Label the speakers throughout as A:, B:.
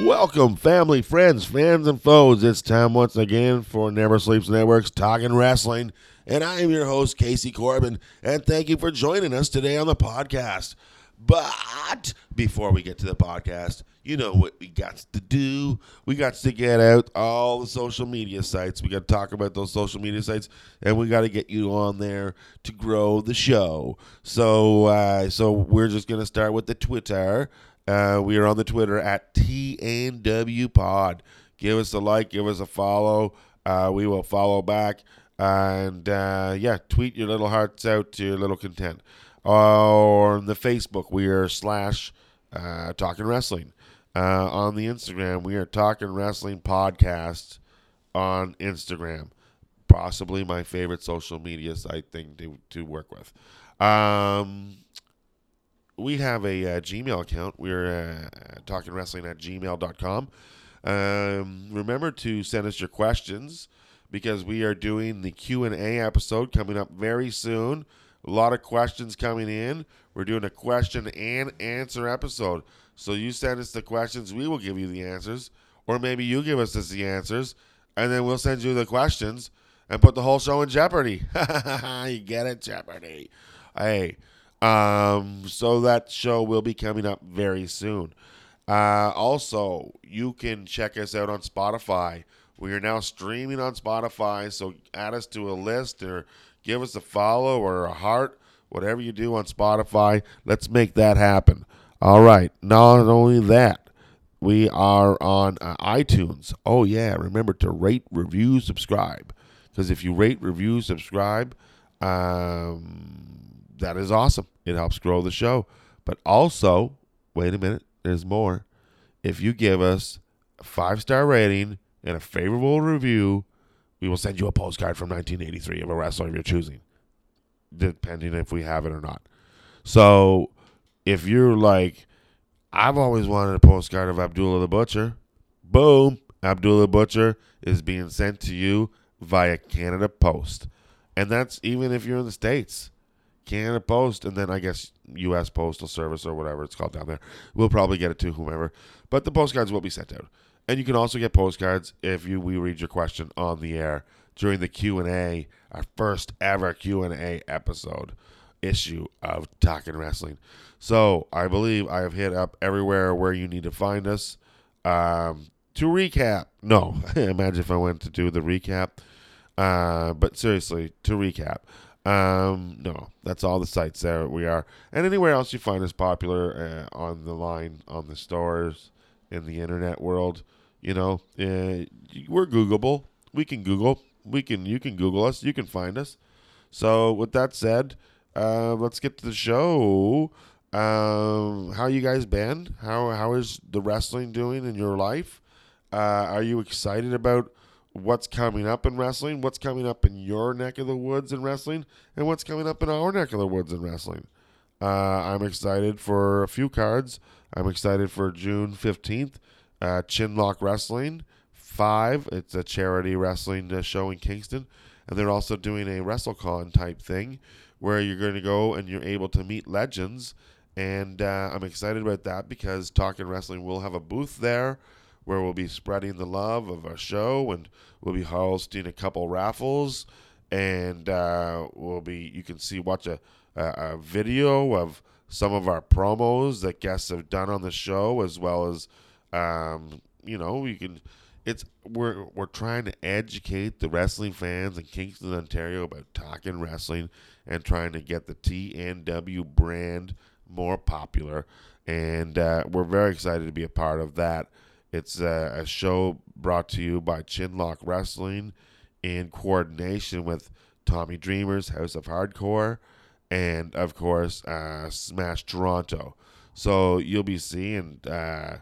A: Welcome, family, friends, fans, and foes. It's time once again for Never Sleeps Network's Talking Wrestling. And I am your host, Casey Corbin. And thank you for joining us today on the podcast. But before we get to the podcast, you know what we got to do. We got to get out all the social media sites. We got to talk about those social media sites, and we got to get you on there to grow the show. So, uh, so we're just gonna start with the Twitter. Uh, we are on the Twitter at TNW Pod. Give us a like, give us a follow. Uh, we will follow back. And uh, yeah, tweet your little hearts out to your little content. Or on the Facebook, we are slash uh, Talking Wrestling. Uh, on the Instagram, we are Talking Wrestling Podcast on Instagram. Possibly my favorite social media site thing to, to work with. Um, we have a uh, Gmail account. We're uh, talking wrestling at gmail.com. Um, remember to send us your questions because we are doing the Q&A episode coming up very soon. A lot of questions coming in. We're doing a question and answer episode. So you send us the questions, we will give you the answers. Or maybe you give us the answers, and then we'll send you the questions and put the whole show in jeopardy. you get it, Jeopardy. Hey, um, so that show will be coming up very soon. Uh, also, you can check us out on Spotify. We are now streaming on Spotify, so add us to a list or give us a follow or a heart, whatever you do on Spotify. Let's make that happen. All right. Not only that, we are on uh, iTunes. Oh, yeah. Remember to rate, review, subscribe. Because if you rate, review, subscribe, um, that is awesome. It helps grow the show. But also, wait a minute, there's more. If you give us a five star rating and a favorable review, we will send you a postcard from 1983 of a wrestler of your choosing, depending if we have it or not. So if you're like, I've always wanted a postcard of Abdullah the Butcher, boom, Abdullah the Butcher is being sent to you via Canada Post. And that's even if you're in the States. Canada Post, and then I guess U.S. Postal Service or whatever it's called down there. We'll probably get it to whomever, but the postcards will be sent out. And you can also get postcards if you we read your question on the air during the Q and A, our first ever Q and A episode issue of Talking Wrestling. So I believe I have hit up everywhere where you need to find us. Um, to recap, no, imagine if I went to do the recap. Uh, but seriously, to recap. Um, no, that's all the sites there we are, and anywhere else you find us popular uh, on the line, on the stores, in the internet world. You know, uh, we're Googleable. We can Google. We can. You can Google us. You can find us. So with that said, uh, let's get to the show. Um, how you guys been? How how is the wrestling doing in your life? Uh, are you excited about? what's coming up in wrestling, what's coming up in your neck of the woods in wrestling, and what's coming up in our neck of the woods in wrestling. Uh, I'm excited for a few cards. I'm excited for June 15th, uh, Chinlock Wrestling 5. It's a charity wrestling uh, show in Kingston. And they're also doing a WrestleCon type thing where you're going to go and you're able to meet legends. And uh, I'm excited about that because Talking Wrestling will have a booth there where we'll be spreading the love of our show and we'll be hosting a couple raffles and uh, we'll be you can see watch a, a, a video of some of our promos that guests have done on the show as well as um, you know you can it's we're we're trying to educate the wrestling fans in Kingston, Ontario about talking wrestling and trying to get the TNW brand more popular and uh, we're very excited to be a part of that. It's uh, a, a, show brought to you by Chinlock Wrestling in coordination with Tommy Dreamer's House of Hardcore and, of course, uh, Smash Toronto. So you'll be seeing uh,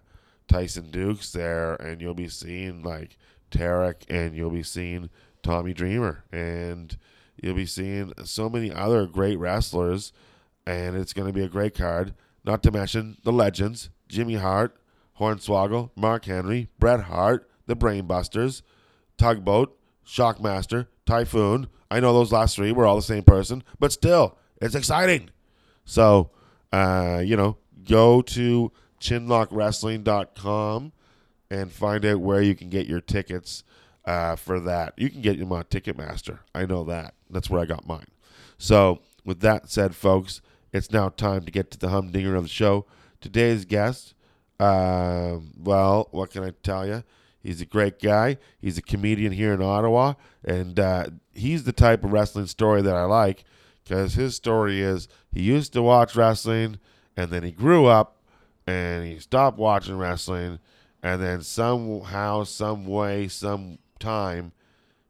A: Tyson Dukes there, and you'll be seeing like Tarek, and you'll be seeing Tommy Dreamer, and you'll be seeing so many other great wrestlers, and it's going to be a great card. Not to mention the legends: Jimmy Hart, Hornswoggle, Mark Henry, Bret Hart, the Brainbusters, Tugboat, Shockmaster, Typhoon. I know those last three were all the same person, but still, it's exciting. So, uh, you know, go to chinlockwrestling.com and find out where you can get your tickets uh, for that. You can get them on Ticketmaster. I know that. That's where I got mine. So, with that said, folks, it's now time to get to the humdinger of the show. Today's guest, um, well, what can I tell you? He's a great guy. He's a comedian here in Ottawa, and uh, he's the type of wrestling story that I like because his story is he used to watch wrestling, and then he grew up, and he stopped watching wrestling, and then somehow, some way, some time,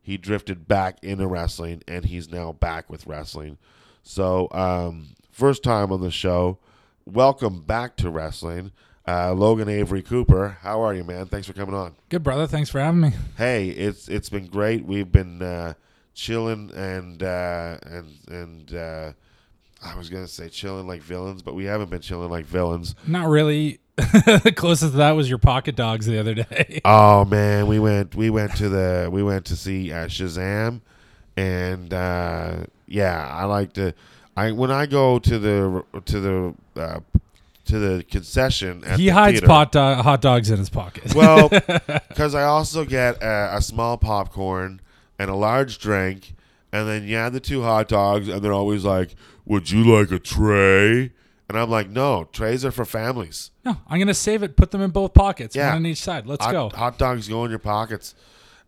A: he drifted back into wrestling, and he's now back with wrestling. So, um, first time on the show. Welcome back to wrestling, uh, Logan Avery Cooper. How are you, man? Thanks for coming on.
B: Good brother, thanks for having me.
A: Hey, it's it's been great. We've been uh, chilling and uh, and and uh, I was gonna say chilling like villains, but we haven't been chilling like villains.
B: Not really. the closest to that was your pocket dogs the other day.
A: Oh man, we went we went to the we went to see uh, Shazam, and uh, yeah, I like to. I when I go to the to the uh, to the concession, at
B: he
A: the
B: hides
A: theater-
B: pot do- hot dogs in his pocket.
A: Well, because I also get a, a small popcorn and a large drink, and then you add the two hot dogs, and they're always like, "Would you like a tray?" And I'm like, "No, trays are for families.
B: no, I'm gonna save it. Put them in both pockets.
A: Yeah.
B: one on each side. Let's
A: hot,
B: go.
A: hot dogs go in your pockets."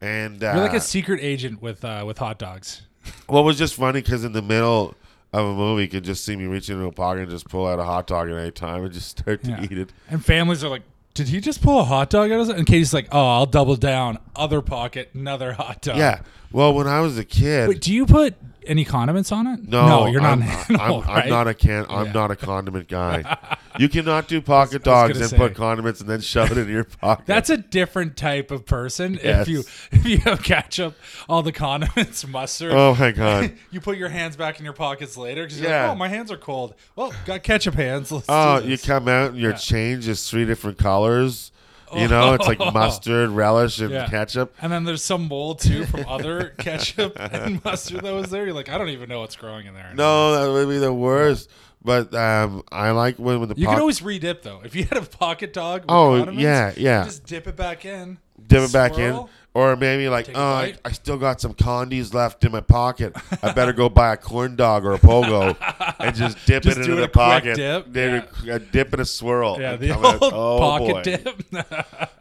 A: And uh,
B: You're like a secret agent with uh, with hot dogs.
A: Well, it was just funny because in the middle of a movie, you could just see me reach into a pocket and just pull out a hot dog at any time and just start to
B: Yeah.
A: eat it.
B: And families are like, "Did he just pull a hot dog out of?" his-" And Katie's like, "Oh, I'll double down. Other pocket, another hot dog."
A: Yeah. Well, when I was a kid,
B: Wait, do you put any condiments on it?
A: no,
B: you're
A: I'm,
B: not. no,
A: I'm,
B: right?
A: I'm not a can. I'm
B: Yeah.
A: not a condiment guy. you cannot do pocket
B: I was
A: dogs
B: gonna
A: and
B: say.
A: put condiments and then shove it in your pocket.
B: That's a different type of person.
A: Yes.
B: If you if you have ketchup, all the condiments, mustard,
A: oh my god.
B: you put your hands back in your pockets later because you're
A: Yeah.
B: like, oh, my hands are cold. Well, got ketchup hands. Let's
A: Oh,
B: do
A: you
B: this.
A: come out and your change is three different colors. You know, it's like mustard, relish, and
B: Oh. Yeah.
A: ketchup.
B: and then there's some mold too from other ketchup and mustard that was there. You're like, I don't even know what's growing in there.
A: No, that would be the worst. But um, I like when, when the
B: You
A: pocket.
B: can always redip though. If you had a pocket dog, with
A: Oh,
B: condiments,
A: yeah, yeah.
B: Just dip it back in.
A: dip it back in.
B: swirl.
A: Or maybe like,
B: Take
A: oh,
B: a
A: I,
B: bite.
A: I still got some condies left in my pocket. I better go buy a corn dog or a pogo and just dip
B: Just
A: it
B: do
A: into the
B: it a quick
A: pocket.
B: dip,
A: Then a, a dip and a swirl.
B: Yeah,
A: and
B: the
A: come out.
B: old
A: Oh,
B: pocket
A: boy.
B: dip.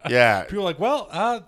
A: Yeah,
B: People are like, well, uh,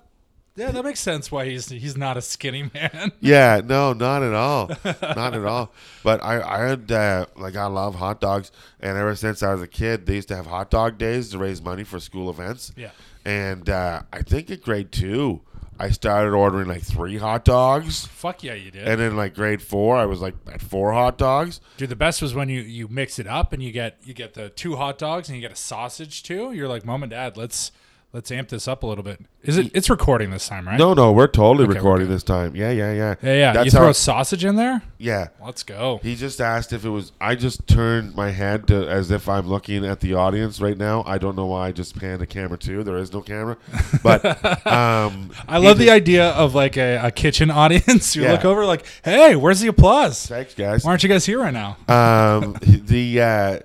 B: yeah, that makes sense why he's he's not a skinny man.
A: yeah. No, not at all, not at all. But I, I had uh, like I love hot dogs, and ever since I was a kid, they used to have hot dog days to raise money for school events.
B: Yeah.
A: and uh, I think at grade two, I started ordering like three hot dogs.
B: Fuck yeah, you did.
A: And then like grade four, I was like at four hot dogs.
B: Dude, the best was when you you mix it up and you get you get the two hot dogs and you get a sausage too. You're like, mom and dad, let's let's amp this up a little bit. Is it? It's recording this time, right?
A: No, no, we're totally
B: we're
A: recording
B: good.
A: this time. Yeah, yeah, yeah.
B: Yeah, yeah.
A: That's
B: you throw
A: how.
B: a sausage in there.
A: Yeah.
B: Let's go.
A: He just asked if it was. I just turned my head to as if I'm looking at the audience right now. I don't know why I just panned the camera too. There is no camera, but um,
B: I
A: he
B: love
A: just-
B: the idea of like a, a kitchen audience. You
A: Yeah.
B: look over, like, hey, where's the applause? Why
A: Thanks, guys.
B: aren't you guys here right now?
A: Um, the uh,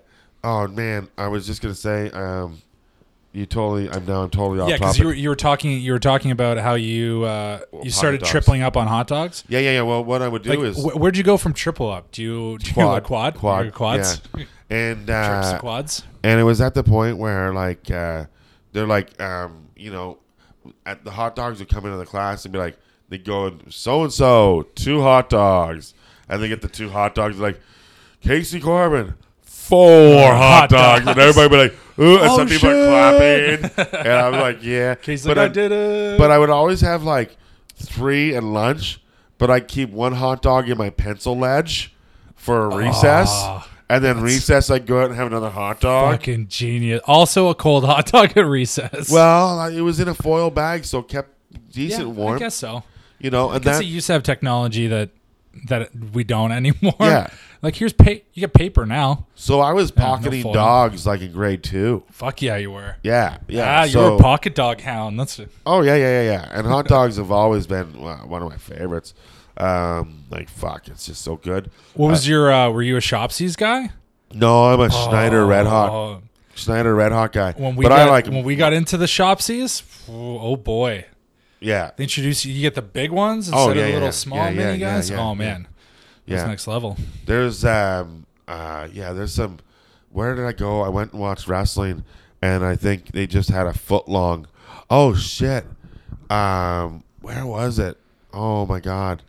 A: oh man, I was just gonna say. Um, you totally. I'm now. I'm totally off
B: yeah, because
A: topic.
B: you were, you were talking you were talking about how you uh, you started
A: dogs.
B: tripling up on hot dogs.
A: yeah, yeah, yeah. Well, what I would do
B: Like,
A: is
B: wh- where'd you go from triple up? Do you do you like quad
A: quad,
B: You're quads?
A: yeah. and
B: Trips to
A: uh,
B: quads.
A: and it was at the point where like uh, they're like um, you know at the hot dogs would come into the class and be like they go so and so two hot dogs and they get the two hot dogs like Casey Corbin four hot,
B: hot
A: dogs. and
B: dogs.
A: everybody be like ooh and
B: Oh,
A: some people are
B: shit.
A: clapping and I'm like yeah
B: Casey's
A: But
B: like, I,
A: I'm-
B: did it.
A: but I would always have like three at
B: Ah,
A: lunch, but I keep one hot dog in my pencil ledge for a recess, and then recess, I'd go out and have another hot dog.
B: Fucking genius. Also, a cold hot dog at recess.
A: Well, I- it was in a foil bag, so it kept decent warm.
B: I guess so.
A: you know, and
B: I guess
A: that
B: it used to have technology that that we don't anymore.
A: Yeah.
B: Like here's pa- you get paper now.
A: so I was
B: no
A: pocketing
B: foil.
A: dogs like in grade two.
B: Fuck yeah, you were.
A: Yeah, yeah.
B: Ah,
A: so,
B: you were a pocket dog hound. That's
A: Oh yeah, yeah, yeah, yeah. And hot dogs have always been uh, one of my favorites. Um, like fuck, it's just so good.
B: what was your uh, were you a Shopsies guy?
A: No, I'm a Schneider Red Hot,
B: Oh,
A: Schneider Red Hot guy.
B: when we
A: but
B: got,
A: I like 'em.
B: when we got into the Shopsies, oh, oh boy.
A: yeah,
B: They introduce you you get the big ones instead
A: Oh,
B: of
A: yeah,
B: the little
A: yeah,
B: small
A: yeah, yeah,
B: mini
A: yeah,
B: guys.
A: yeah, yeah.
B: oh man. That's
A: yeah.
B: next level.
A: There's um uh yeah, there's some where did I go? I went and watched wrestling and I think they just had a foot long. Oh shit. Um where was it? Oh my god.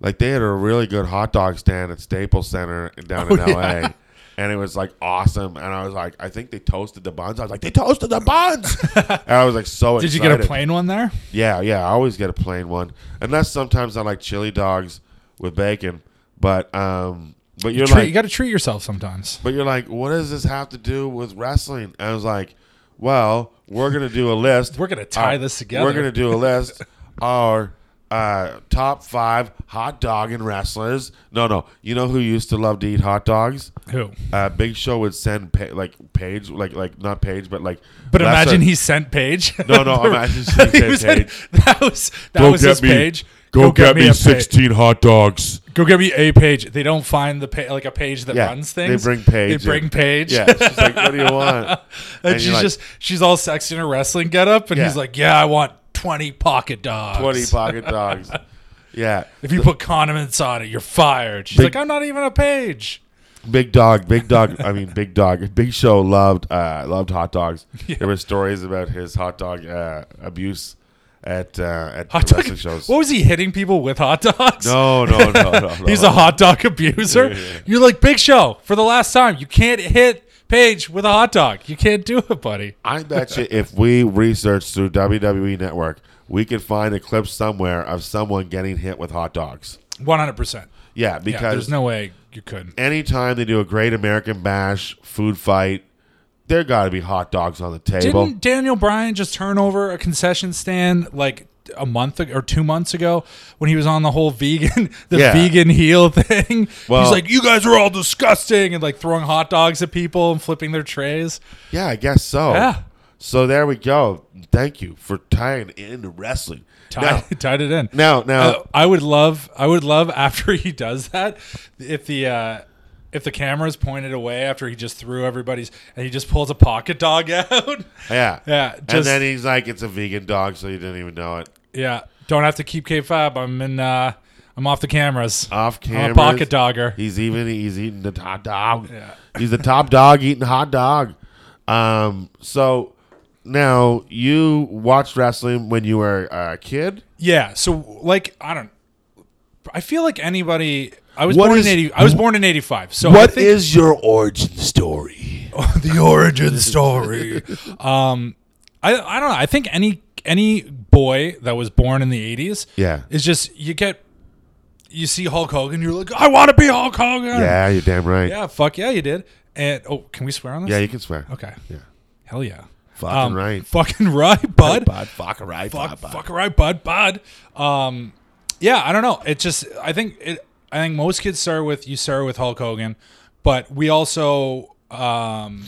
A: Like they had a really good hot dog stand at Staples Center down in
B: Oh,
A: LA.
B: yeah.
A: And it was like awesome, and I was like, I think they toasted the buns. I was like, they toasted the buns, and I was like, so excited.
B: Did you get a plain one there?
A: Yeah, yeah. I always get a plain one, unless sometimes I like chili dogs with bacon. But um, but you're
B: Treat-
A: like,
B: you got to treat yourself sometimes.
A: but you're like, what does this have to do with wrestling? And I was like, well, we're gonna do a list.
B: We're gonna tie
A: Uh,
B: this together.
A: We're gonna do a list. our uh, top five hot dog and wrestlers. No, no. You know who used to love to eat hot dogs?
B: Who?
A: Uh, Big Show would send pa- like Paige, like like not Paige, but like.
B: But
A: lesser-
B: imagine he sent Paige.
A: No, no, imagine she sent
B: He was in-
A: Paige.
B: That was that was his page. a pa-
A: hot dogs.
B: Go get me a page. They don't find the pa- like a page that runs things.
A: They bring Paige.
B: They bring
A: in.
B: Paige.
A: Yeah, she's like, "What do you want?"
B: and,
A: you're
B: she's
A: like,
B: just she's all sexy in her wrestling getup, and
A: Yeah.
B: he's like, "Yeah, I want twenty pocket dogs.
A: twenty pocket dogs. Yeah,
B: If you put condiments on it, you're fired." She's
A: Big-
B: like, "I'm not even a page."
A: big dog, big dog. I mean, big dog. Big Show loved uh, loved hot dogs. There were stories about his hot dog uh, abuse at uh, at
B: Hot
A: wrestling
B: dog. Oh.
A: shows.
B: What was he hitting people with hot dogs?
A: No, no, no, no. no.
B: He's a hot dog abuser. You're like Big Show for the last time. You can't hit Paige with a hot dog. You can't do it, buddy.
A: I bet you if we research through WWE Network, we could find a clip somewhere of someone getting hit with hot dogs.
B: One hundred percent.
A: Yeah,
B: Yeah,
A: because
B: there's no way you couldn't.
A: anytime they do a great American bash food fight, there got to be hot dogs on the table.
B: Didn't Daniel Bryan just turn over a concession stand like a month ag- or two months ago when he was on the whole vegan, the
A: Yeah.
B: vegan heel thing?
A: Well-
B: He's like, "You guys are all disgusting," and like throwing hot dogs at people and flipping their trays.
A: yeah, I guess so.
B: Yeah.
A: So there we go. Thank you for tying it into wrestling.
B: Tied, tied it in.
A: Now, now, now
B: Uh, I would love, I would love after he does that, if the uh, if the camera's pointed away after he just threw everybody's, and he just pulls a pocket dog out.
A: yeah,
B: yeah,
A: and
B: just-
A: then he's like, "It's a vegan dog," so you didn't even know it.
B: yeah, don't have to keep K Fab. I'm in. Uh, I'm off the cameras.
A: Off camera,
B: I'm a pocket dogger.
A: He's even he's eating the hot dog.
B: Yeah.
A: He's the top dog eating hot dog. Um, so now you watched wrestling when you were a kid.
B: Yeah. So like, I don't. I feel like anybody. I was
A: What
B: born
A: is-
B: in eighty. I was born in eighty five. So I
A: What is
B: think,
A: your origin story?
B: the origin story. um, I I don't know. I think any any boy that was born in the eighties,
A: Yeah.
B: is just you get you see Hulk Hogan, you're like, I want to be Hulk Hogan.
A: Yeah, you're damn right. Yeah,
B: yeah, fuck yeah, you did. And oh, can we swear on this?
A: you can swear.
B: Okay.
A: Yeah.
B: Hell yeah.
A: Fucking
B: Um,
A: right.
B: Fucking right, bud.
A: fuck right.
B: Fuck, fuck right, bud, bud. Um, yeah, I don't know. It just, I think it. I think most kids start with you start with Hulk Hogan, but we also um,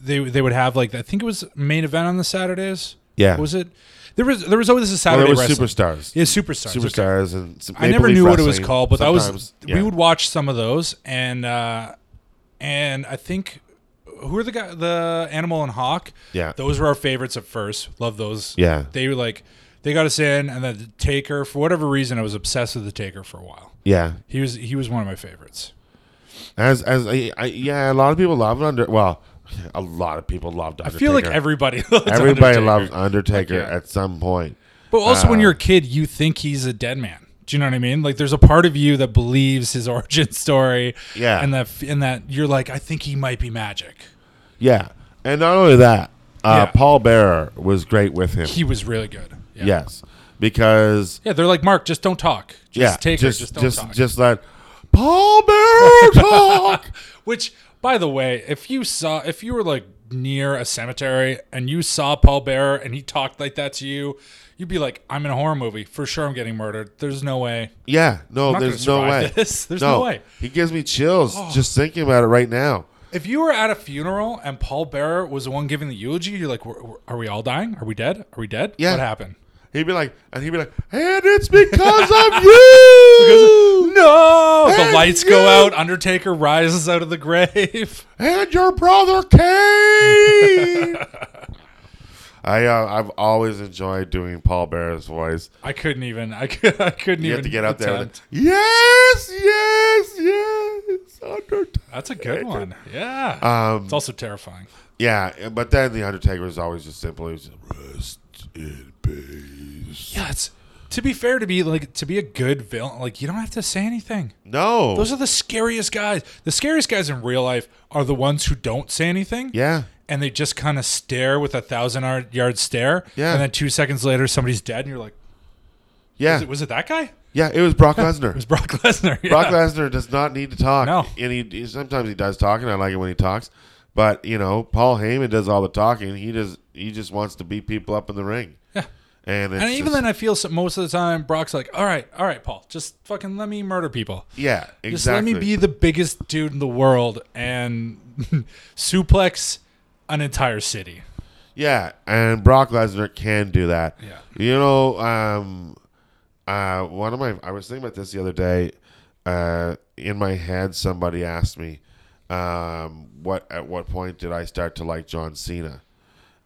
B: they they would have like I think it was main event on the Saturdays.
A: Yeah.
B: What was it? There was there was always a Saturday.
A: Well, there was
B: wrestling.
A: superstars.
B: Yeah, superstars. okay.
A: Superstars and some
B: I
A: Maple
B: never
A: Leaf
B: knew what it was
A: Wrestling
B: called, but that was
A: sometimes. Yeah.
B: we would watch some of those, and uh, and I think who are the guy the Animal and Hawk?
A: Yeah.
B: those were our favorites at first. Love those.
A: Yeah.
B: they were like they got us in, and then the Taker for whatever reason I was obsessed with the Taker for a while.
A: Yeah.
B: He was he was one of my favorites.
A: As as I, I yeah, a lot of people loved under. Well, a lot of people loved.
B: I
A: Undertaker.
B: feel like everybody loves
A: everybody
B: Undertaker.
A: loves Undertaker
B: Like, yeah.
A: at some point.
B: But also, when
A: Uh,
B: you're a kid, you think he's a dead man. Do you know what I mean? Like, there's a part of you that believes his origin story.
A: Yeah.
B: and that and that you're like, I think he might be magic.
A: Yeah, and not only that, uh,
B: Yeah.
A: Paul Bearer was great with him.
B: He was really good. Yeah.
A: yes, because
B: Yeah, they're like Mark, just don't talk. Just
A: yeah,
B: take
A: just
B: her, just don't
A: just
B: talk.
A: just let Paul Bearer talk.
B: Which By the way, if you saw, if you were like near a cemetery and you saw Paul Bearer and he talked like that to you, you'd be like, "I'm in a horror movie for sure. I'm getting murdered. There's no way."
A: Yeah, no,
B: not
A: there's no
B: gonna
A: way.
B: survive this. There's no way. Oh.
A: He gives me chills just thinking about it right now.
B: If you were at a funeral and Paul Bearer was the one giving the eulogy, you're like, "We're- we're- "Are we all dying? Are we dead? Are we dead?
A: Yeah.
B: What happened?"
A: He'd be like, and he'd be like, and it's because of you,
B: No, the
A: And
B: lights
A: you-
B: go out. Undertaker rises out of the grave.
A: and your brother Kane. I uh, I've always enjoyed doing Paul Bearer's voice.
B: I couldn't even. I, could, I couldn't
A: You
B: even.
A: have to get up there. With it.
B: attempt.
A: Yes, yes, yes. Undertaker.
B: That's a good one. Yeah.
A: Um,
B: it's also terrifying.
A: Yeah, but then the Undertaker was always just simple. He was just, rest in peace.
B: Yeah, it's to be fair to be like to be a good villain, like you don't have to say anything.
A: No.
B: Those are the scariest guys. The scariest guys in real life are the ones who don't say anything.
A: yeah.
B: And they just kind of stare with a thousand ar- yard stare.
A: Yeah.
B: And then two seconds later, somebody's dead, and you're like,
A: Yeah.
B: was it, was it that guy? It
A: yeah, it was Brock Lesnar.
B: was Brock Lesnar. Yeah.
A: Brock Lesnar does not need to talk.
B: No.
A: And he, he- sometimes he does talk, and I like it when he talks. But you know, Paul Heyman does all the talking. He does. He just wants to beat people up in the ring. Yeah. And, it's
B: And even
A: just-
B: then, I feel so, most of the time Brock's like, "All right, all right, Paul, just fucking let me murder people.
A: yeah, exactly.
B: Just let me be the biggest dude in the world and suplex an entire city."
A: Yeah, and Brock Lesnar can do that.
B: Yeah.
A: You know, um, uh, one of my I was thinking about this the other day. Uh, in my head, somebody asked me, um, what at what point did I start to like John Cena?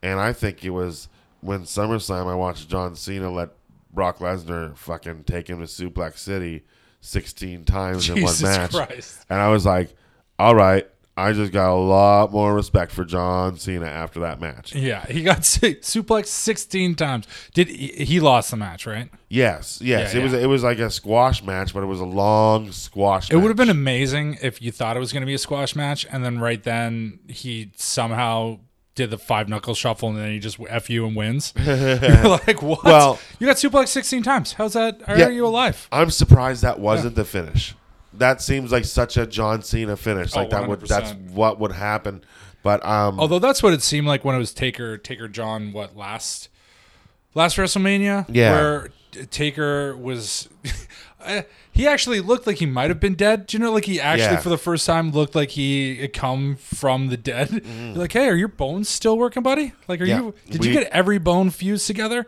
A: And I think it was when SummerSlam I watched John Cena let Brock Lesnar fucking take him to Suplex City sixteen times in one
B: Jesus
A: match.
B: Christ.
A: And I was like, all right. I just got a lot more respect for John Cena after that match.
B: Yeah, he got si- suplex sixteen times. Did he, he lost the match? Right.
A: Yes, yes.
B: Yeah,
A: it was
B: yeah.
A: it was like a squash match, but it was a long squash.
B: It would have been amazing if you thought it was going to be a squash match, and then right then he somehow did the five knuckle shuffle, and then he just f you and wins. You're like, what?
A: Well-
B: you got suplex sixteen times. How's that? Are
A: Yeah.
B: you alive?
A: I'm surprised that wasn't the finish. That seems like such a John Cena finish.
B: Oh,
A: Like that would that's
B: 100%.
A: what would happen. But um,
B: Although that's what it seemed like when it was Taker Taker John what last last WrestleMania
A: Yeah.
B: where t- Taker was eh, he actually looked like he might have been dead. Do you know like he actually
A: Yeah.
B: for the first time looked like he had come from the dead. You're like, "Hey, are your bones still working, buddy? Like are
A: Mm. Yeah.
B: you did
A: We-
B: you get every bone fused together?"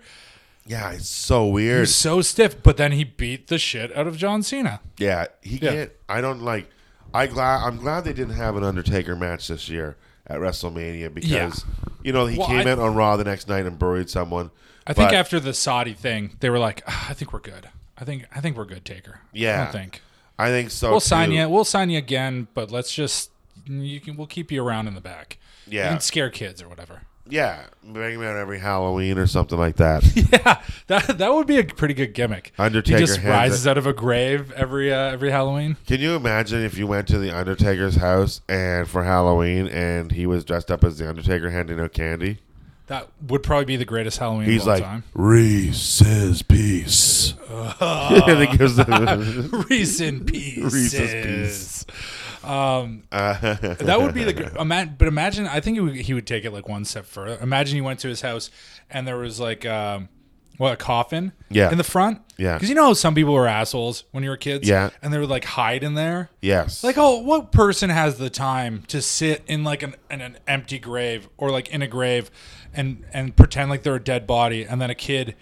A: yeah, it's so weird.
B: He's so stiff, but then he beat the shit out of John Cena.
A: yeah, he
B: Yeah.
A: can't. I don't like. I glad I'm glad they didn't have an Undertaker match this year at WrestleMania because you know he
B: Well,
A: came
B: I-
A: out on Raw the next night and buried someone.
B: I think
A: But-
B: after the Saudi thing, they were like, "Ah, "I think we're good. I think I think we're good, Taker." I
A: Yeah.
B: don't think.
A: I think so.
B: We'll sign
A: too.
B: you. We'll sign you again, but let's just you can. We'll keep you around in the back.
A: Yeah.
B: you can scare kids or whatever.
A: Yeah, bring him out every Halloween or something like that.
B: Yeah, that that would be a pretty good gimmick.
A: Undertaker
B: he just
A: hands
B: rises out of a grave every uh, every Halloween.
A: Can you imagine if you went to the Undertaker's house and for Halloween and he was dressed up as the Undertaker handing out candy?
B: That would probably be the greatest Halloween
A: He's
B: of all
A: like
B: time.
A: Reese's piece. and
B: Uh.
A: he gives them-
B: Reese in pieces.
A: Reese's
B: Um,
A: Uh,
B: that would be the. gr- Ima- but imagine, I think he would, he would take it like one step further. Imagine you went to his house and there was like, um, what a coffin,
A: Yeah.
B: in the front,
A: Yeah.
B: Because you know how some people were assholes when you were kids,
A: Yeah.
B: and they would like hide in there.
A: yes.
B: Like, oh, what person has the time to sit in like an, in an empty grave or like in a grave and and pretend like they're a dead body, and then a kid,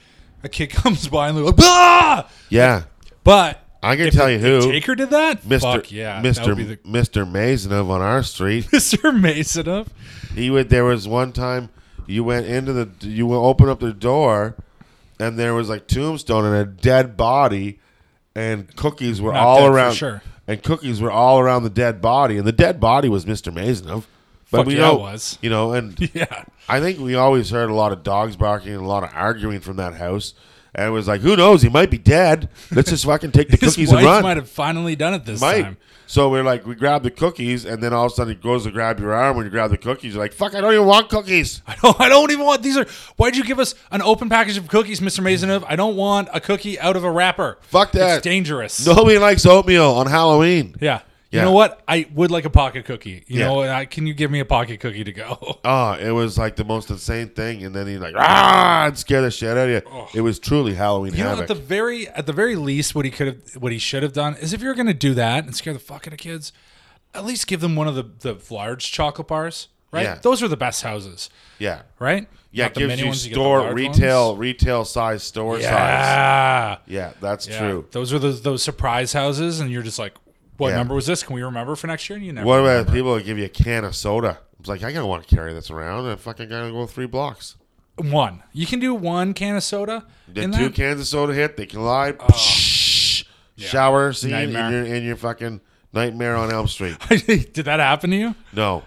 B: a kid comes by and they're like, ah!
A: yeah.
B: But
A: I can
B: if
A: tell
B: the-
A: you who.
B: if Taker did that.
A: Mr.
B: Fuck yeah, that
A: Mr.
B: would be the
A: Mr. Mazenov on our street.
B: Mr. Mason up.
A: He would. There was one time you went into the you would open up the door, and there was like tombstone and a dead body, and cookies were
B: Not
A: all
B: dead for
A: around.
B: sure.
A: And cookies were all around the dead body, and the dead body was Mister Mazenov. But
B: Fuck
A: we
B: yeah, it
A: know
B: was.
A: you know, and
B: Yeah.
A: I think we always heard a lot of dogs barking and a lot of arguing from that house. And it was like, who knows? He might be dead. Let's just fucking take the
B: His
A: cookies and
B: wife
A: run.
B: might have finally done it this
A: Might.
B: time.
A: So we're like, we grab the cookies, and then all of a sudden he goes to grab your arm. When you grab the cookies, you're like, fuck, I don't even want cookies.
B: I don't, I don't even want these are why'd you give us an open package of cookies, Mr. Mazenov? I don't want a cookie out of a wrapper.
A: Fuck that.
B: It's dangerous.
A: Nobody likes oatmeal on Halloween.
B: Yeah.
A: Yeah.
B: You know what? I would like a pocket cookie. You
A: Yeah.
B: know, I, can you give me a pocket cookie to go?
A: Ah, it was like the most insane thing, and then he like ah, and scare the shit out of you. It was truly Halloween
B: You know,
A: havoc.
B: at the very at the very least, what he could have, what he should have done is, if you're going to do that and scare the fuck out of kids, at least give them one of the the large chocolate bars, right?
A: Yeah.
B: Those are the best houses,
A: yeah,
B: right?
A: yeah,
B: Not
A: it
B: the
A: gives
B: mini
A: you
B: ones, get the
A: store
B: large
A: retail
B: ones.
A: retail size store size.
B: Yeah,
A: Yeah, that's
B: Yeah.
A: true.
B: Those are those those surprise houses, and you're just like, what
A: Yeah.
B: number was this? Can we remember for next year? And you never.
A: What about people that give you a can of soda? It's like I don't want to carry this around. I fucking gotta go three blocks.
B: one? You can do one can of soda.
A: The
B: in
A: two
B: that? Oh.
A: cans of soda hit, they collide. Psh, Shower scene in
B: Nightmare.
A: your, in your fucking nightmare on Elm Street.
B: Did that happen to you?
A: No,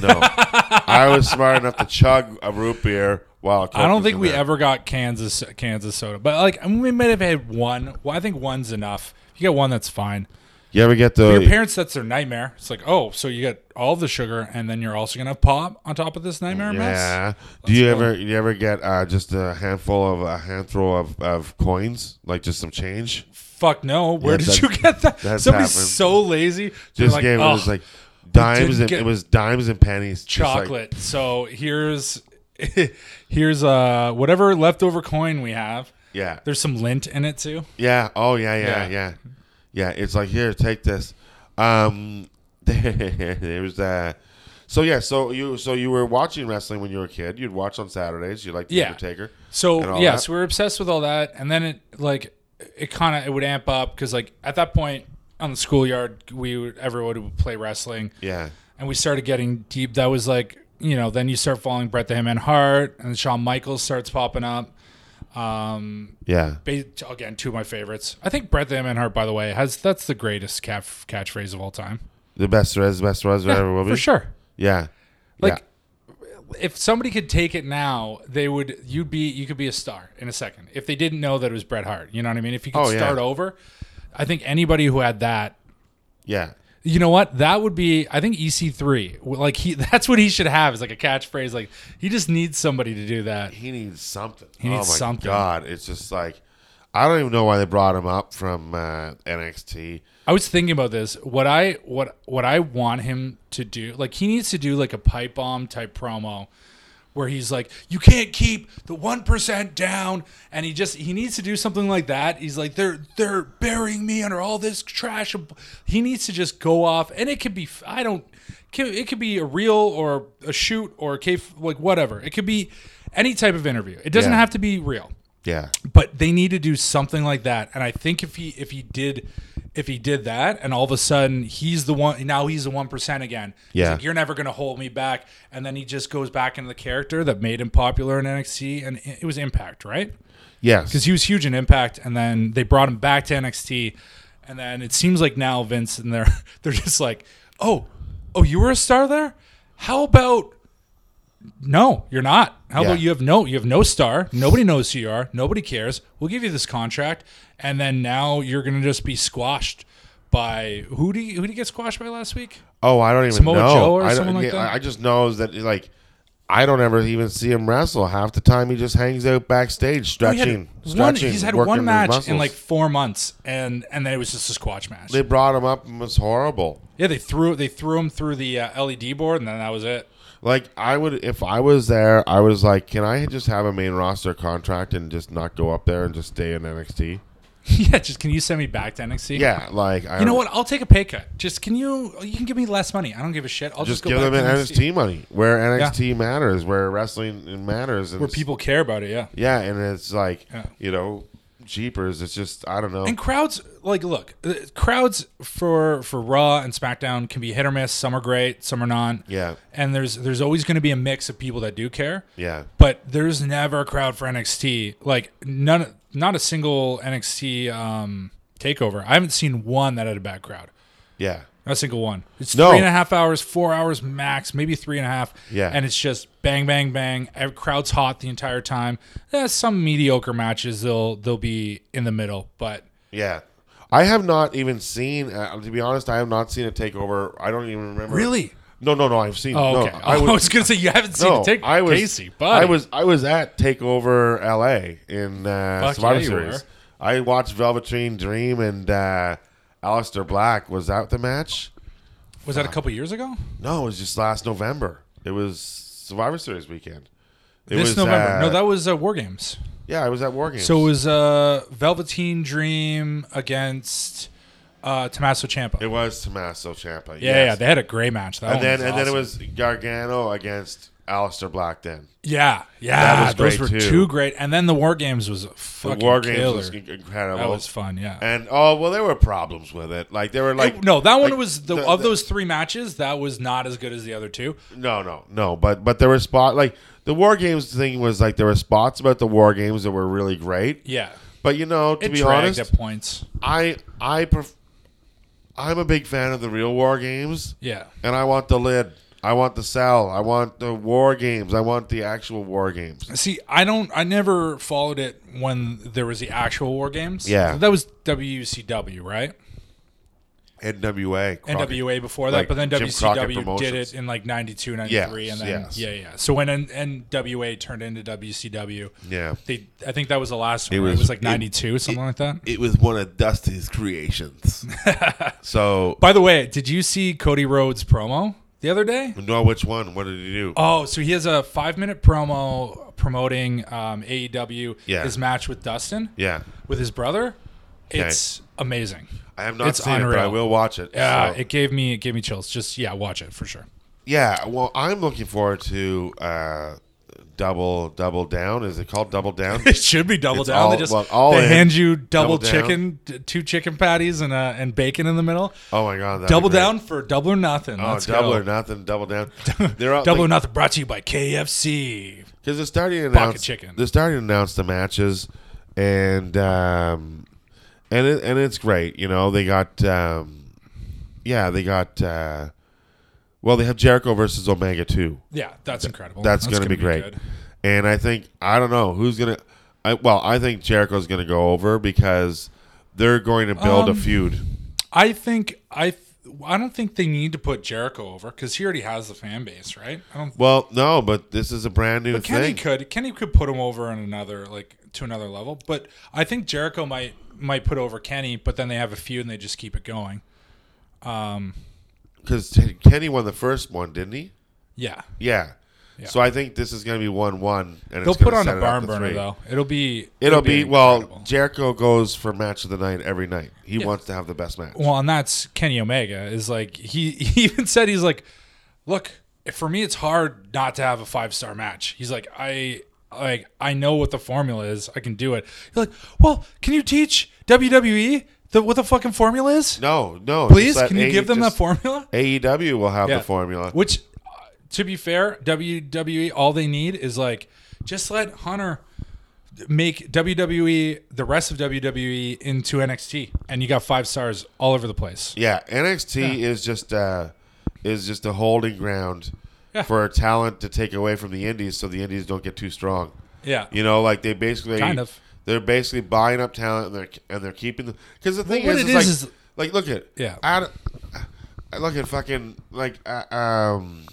A: no. I was smart enough to chug a root beer while a Coke
B: I don't
A: was
B: think
A: in
B: we
A: there.
B: ever got Kansas Kansas soda, but like I mean, we might have had one. Well, I think one's enough. You get one, that's fine.
A: You ever get
B: For your
A: the?
B: parents, that's their nightmare. It's like, oh, so you get all the sugar, and then you're also gonna have pop on top of this nightmare mess.
A: Yeah. Do you ever you ever get uh, just a handful of a handful of, of coins, like just some change?
B: Fuck no. Where
A: Yeah,
B: did
A: that-
B: you get that?
A: that's
B: Somebody's
A: happened.
B: so lazy. They're
A: Just
B: like,
A: gave it
B: "Ugh,
A: was like dimes
B: didn't
A: and
B: get
A: it was dimes and pennies. just like-
B: chocolate. so here's here's uh whatever leftover coin we have.
A: yeah.
B: There's some lint in it too.
A: Yeah. Oh yeah, yeah, yeah.
B: Yeah.
A: Yeah. It's like here, take this. Um there was uh so yeah, so you so you were watching wrestling when you were a kid. You'd watch on Saturdays, you liked the
B: Yeah.
A: Undertaker. and
B: So
A: all
B: yeah,
A: that.
B: so we were obsessed with all that, and then it like it kind of it would amp up because like at that point on the schoolyard we would everyone would play wrestling,
A: Yeah.
B: and we started getting deep. That was like you know then you start following Bret the Hitman Hart and Shawn Michaels starts popping up. Um,
A: Yeah.
B: ba- again, two of my favorites. I think Bret the Hitman Hart, by the way, has that's the greatest cap- catchphrase of all time.
A: The best there is, the best there is, there ever will be.
B: for sure.
A: Yeah.
B: Like if somebody could take it now, they would you'd be you could be a star in a second. If they didn't know that it was Bret Hart. You know what I mean? If you could
A: Oh, yeah.
B: start over, I think anybody who had that
A: yeah.
B: you know what? That would be I think EC3. Like he that's what he should have is like a catchphrase. Like he just needs somebody to do that.
A: Yeah. He needs something.
B: He needs
A: oh my
B: something.
A: god. It's just like I don't even know why they brought him up from uh, NXT.
B: I was thinking about this. What I what what I want him to do, like he needs to do like a pipe bomb type promo where he's like, You can't keep the one percent down and he just he needs to do something like that. He's like, They're they're burying me under all this trash he needs to just go off and it could be I don't can- it could be a reel or a shoot or a cave like whatever. It could be any type of interview. It doesn't
A: Yeah.
B: have to be real
A: Yeah.
B: but they need to do something like that and i think if he if he did if he did that and all of a sudden he's the one now he's the 1% again He's
A: Yeah.
B: like, you're never going to hold me back and then he just goes back into the character that made him popular in NXT and it was Impact right
A: Yes.
B: cuz he was huge in Impact and then they brought him back to NXT and then it seems like now Vince and they're they're just like oh oh you were a star there how about no, you're not. How
A: Yeah.
B: about you have no you have no star. Nobody knows who you are. Nobody cares. We'll give you this contract, and then now you're gonna just be squashed by who do you, who did you get squashed by last week?
A: Oh, I don't even
B: Samoa
A: know.
B: Joe or
A: I don't-
B: someone like
A: yeah,
B: that?
A: I just knows that like I don't ever even see him wrestle. Half the time he just hangs out backstage
B: He had
A: stretching,
B: one,
A: stretching.
B: he's had
A: working
B: one
A: his
B: match in
A: muscles.
B: like four months, and and then it was just a squash match.
A: they brought him up and was horrible.
B: yeah, they threw they threw him through the uh, LED board, and then that was it.
A: Like I would if I was there, I was like, can I just have a main roster contract and just not go up there and just stay in NXT?
B: yeah, just can you send me back to NXT?
A: Yeah, like I
B: You know
A: don't-
B: what? I'll take a pay cut. Just can you? You can give me less money. I don't give a shit. I'll
A: Just
B: just, go
A: give
B: back
A: them an
B: to
A: NXT. money where NXT matters, where wrestling matters, and
B: where people care about it. Yeah.
A: Yeah, and it's like
B: Yeah.
A: you know, jeepers. It's just I don't know.
B: And crowds, like, look, uh, crowds for for Raw and SmackDown can be hit or miss. Some are great, some are not.
A: Yeah.
B: And there's there's always going to be a mix of people that do care.
A: yeah,
B: But there's never a crowd for NXT. Like none, not a single NXT um, takeover. I haven't seen one that had a bad crowd.
A: yeah.
B: Not a single one. It's
A: No.
B: three and a half hours, four hours max, maybe three and a half.
A: Yeah.
B: And it's just bang, bang, bang. Ev- Crowd's hot the entire time. Eh, some mediocre matches they'll they'll be in the middle, but.
A: Yeah. I have not even seen, uh, to be honest, I have not seen a takeover. I don't even remember.
B: Really?
A: No, no, no. I've seen.
B: Oh,
A: no,
B: okay. I, was, gonna say you haven't seen
A: no,
B: it take
A: I was,
B: Casey, but
A: I was, I was at Takeover LA in uh,
B: Fuck
A: Survivor
B: yeah, you
A: Series. I watched Velveteen Dream and uh, Alistair Black. Was that the match?
B: Was that a couple years ago?
A: No, it was just last November. It was Survivor Series weekend. It
B: this
A: was,
B: November.
A: uh,
B: no, that was uh, War Games.
A: yeah, I was at War Games.
B: So it was uh, Velveteen Dream against uh, Tommaso Ciampa.
A: it was Tommaso Champa.
B: yeah, yeah, they had a great match.
A: and
B: That one
A: then
B: was
A: and then it
B: awesome.
A: was Gargano against Alistair Black. Then
B: yeah, yeah.
A: That was
B: those
A: great,
B: were
A: too.
B: two great. And then the War Games was a
A: the
B: fucking
A: War Games
B: killer.
A: was incredible.
B: that was fun. Yeah.
A: And oh well, there were problems with it. Like there were like
B: no, that one
A: like,
B: was the, of those three matches. That was not as good as the other two.
A: No, no, no. But but there were spot like the war games thing was like there were spots about the war games that were really great.
B: Yeah,
A: But you know, to
B: it
A: be
B: dragged
A: honest,
B: at points.
A: I I pref- I'm a big fan of the real war games,
B: Yeah,
A: and I want the lid. I want the cell. I want the war games. I want the actual war games.
B: See, I don't. I never followed it when there was the actual War Games.
A: Yeah.
B: that was WCW, right?
A: NWA. Crockett.
B: NWA before that,
A: Like
B: but then
A: Jim Crockett
B: WCW did
A: Promotions.
B: it in like 92, 93,
A: Yes,
B: and then
A: yes.
B: yeah, yeah. So when N- NWA turned into WCW,
A: Yeah.
B: they I think that was the last one.
A: It
B: right? It was,
A: was-
B: like
A: it-
B: 92, something like that.
A: It was one of Dusty's creations. so
B: By the way, did you see Cody Rhodes promo the other day?
A: know which one? What did he do?
B: Oh, so he has a five minute promo promoting um, AEW,
A: Yeah.
B: his match with Dustin,
A: yeah,
B: with his brother. It's amazing.
A: I have not
B: It's
A: seen it, but I
B: unreal.
A: will watch it.
B: Yeah,
A: so.
B: it gave me it gave me chills. Just yeah, watch it for sure.
A: Yeah, well, I'm looking forward to uh, double double down. Is it called double down?
B: It should be double
A: It's
B: down.
A: all-
B: they just
A: well, all
B: they
A: in,
B: hand you
A: double
B: double,
A: down.
B: chicken, d- two chicken patties, and uh, and bacon in the middle.
A: oh my god, that'd be
B: double
A: great.
B: down for double or nothing.
A: Oh,
B: Let's
A: double
B: go.
A: or nothing. Double down. They're all,
B: Double or
A: like,
B: nothing. Brought to you by KFC.
A: because they're starting to announce.
B: chicken.
A: They're starting to announce the matches, and um, and it, and it's great. You know, they got um, yeah, they got uh, well, they have Jericho versus Omega too.
B: Yeah, that's incredible.
A: That's, going to be great.
B: good.
A: And I think I don't know who's going to. I, well, I think Jericho's going to go over because they're going to build
B: Um,
A: a feud.
B: I think I th- I don't think they need to put Jericho over because he already has the fan base, right? I don't.
A: Well, no, but this is a brand new
B: But Kenny
A: thing.
B: could Kenny could put him over in another like to another level, but I think Jericho might might put over Kenny, but then they have a feud and they just keep it going.
A: because Kenny won the first one, didn't he?
B: Yeah,
A: Yeah. So I think this is going to be one-one, and
B: They'll
A: it's gonna
B: put on
A: set
B: a
A: it up
B: barn
A: to
B: burner
A: three.
B: though. It'll be
A: It'll be well.
B: incredible.
A: Jericho goes for match of the night every night. He wants to have the best match.
B: well, and that's Kenny Omega is like he, he even said he's like, look, for me it's hard not to have a five star match. He's like I like I know what the formula is. I can do it. You're like, well, can you teach WWE the, what the fucking formula is?
A: no, no. just
B: Please,
A: let
B: can you
A: AE
B: give them that
A: just-
B: formula?
A: AEW will have
B: Yeah.
A: the formula.
B: Which, uh, to be fair, WWE, all they need is like, just let Hunter make WWE, the rest of WWE, into NXT. And you got five stars all over the place.
A: Yeah, NXT is just uh, is just a holding ground
B: Yeah.
A: for talent to take away from the Indies, so the Indies don't get too strong.
B: Yeah.
A: You know, like they basically
B: Kind of.
A: they're basically buying up talent and they're and they're keeping them because the thing
B: what
A: is,
B: it
A: it's
B: is
A: like,
B: is-
A: like look at
B: Yeah.
A: I, don't- I look at fucking like uh, um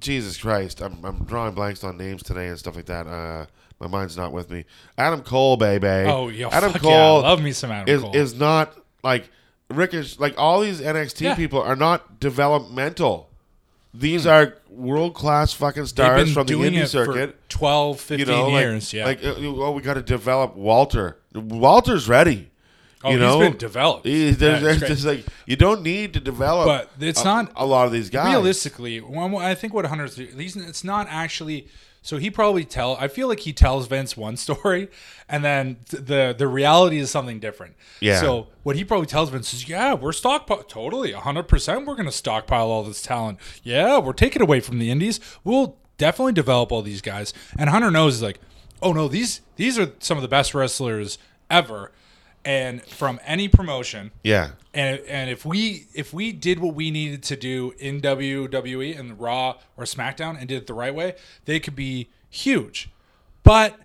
A: Jesus Christ, I'm I'm drawing blanks on names today and stuff like that. Uh, my mind's not with me. Adam Cole, baby.
B: Oh, yo,
A: Adam
B: fuck
A: Cole,
B: yeah. Love me some Adam
A: is,
B: Cole.
A: is not like Rickish. Like all these NXT
B: Yeah. Hmm.
A: people are not developmental. These are world class fucking
B: They've
A: stars
B: been
A: from the
B: doing
A: indie
B: it
A: circuit.
B: for 12, 15
A: you know, like,
B: years. yeah.
A: like uh, oh, we got to develop Walter. Walter's ready.
B: oh,
A: you
B: he's
A: know,
B: been developed.
A: He-
B: Yeah,
A: there's,
B: it's
A: there's
B: great.
A: just like you don't need to develop.
B: But it's
A: a-
B: not-
A: a lot of these guys.
B: realistically, one, I think what Hunter's do- he's it's not actually. So he probably tell. I feel like he tells Vince one story, and then th- the the reality is something different.
A: Yeah.
B: So what he probably tells Vince is, "Yeah, we're stockpile totally, hundred percent. We're going to stockpile all this talent. Yeah, we're taking away from the Indies. We'll definitely develop all these guys." And Hunter knows, like, "Oh no, these these are some of the best wrestlers ever, and from any promotion."
A: Yeah,
B: And and if we if we did what we needed to do in WWE and Raw or SmackDown and did it the right way, they could be huge. But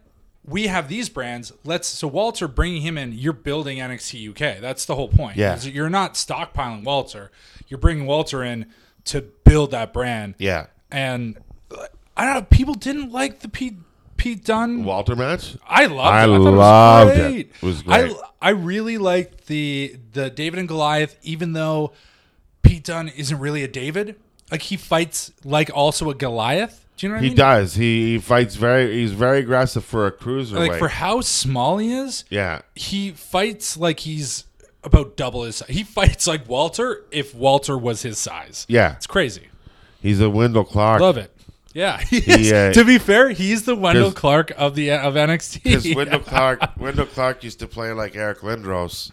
B: we have these brands. Let's so Walter bringing him in. You're building NXT UK. That's the whole point.
A: Yeah.
B: Is you're not stockpiling Walter. You're bringing Walter in to build that brand.
A: yeah.
B: And uh, I don't know. People didn't like the Pete Pete Dunn
A: Walter match.
B: I loved it.
A: I
B: thought
A: loved
B: it.
A: it.
B: Was great.
A: It was great.
B: I, I really liked the the David and Goliath, even though Pete Dunne isn't really a David. Like he fights like also a Goliath. Do you know what I
A: He
B: mean?
A: does. He, he fights very. He's very aggressive for a cruiserweight.
B: Like for how small he is,
A: yeah,
B: he fights like he's about double his size. He fights like Walter if Walter was his size.
A: yeah.
B: It's crazy.
A: He's a Wendell Clark.
B: Love it. Yeah. he is.
A: uh,
B: to be fair, he's the Wendell
A: 'cause-
B: Clark of the of NXT.
A: Because Wendell Clark, Wendell Clark used to play like Eric Lindros,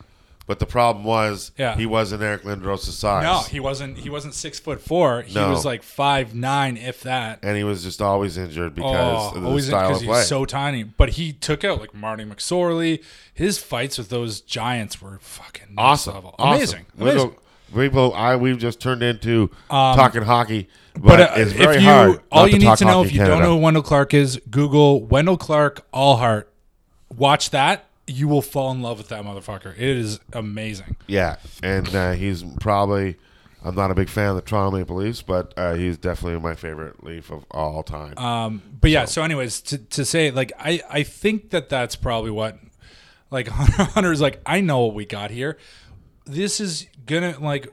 A: but the problem was
B: Yeah.
A: he wasn't Eric Lindros' size.
B: No, he wasn't. He wasn't six foot four. He
A: No.
B: was like five nine, if that.
A: and he was just always injured because
B: Oh,
A: of the
B: always
A: style
B: because
A: of play.
B: he's so tiny. But he took out like Marty McSorley. His fights with those giants were fucking next
A: awesome.
B: level.
A: Awesome.
B: amazing,
A: Wendell-
B: amazing. Um,
A: People, I we've just turned into talking hockey, but,
B: But uh,
A: it's very
B: if you,
A: hard.
B: all
A: not
B: you need
A: talk
B: to know
A: hockey
B: if
A: in
B: you don't
A: Canada.
B: know who Wendell Clark is, Google Wendell Clark Allhart. Watch that. You will fall in love with that motherfucker. It is amazing.
A: yeah, and uh, he's probably. I'm not a big fan of the Toronto Maple Leafs, but uh, he's definitely my favorite Leaf of all time.
B: Uh, But yeah, so anyways, to, to say like I I think that that's probably what like Hunter's like I know what we got here. This is gonna like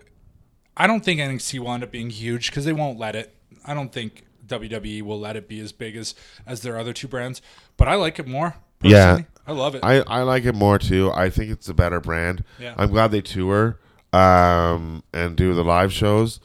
B: I don't think NXT will end up being huge because they won't let it. I don't think WWE will let it be as big as as their other two brands. But I like it more.
A: Yeah.
B: personally. I love it.
A: I, I like it more too. I think it's a better brand.
B: Yeah.
A: I'm glad they tour um, and do the live shows.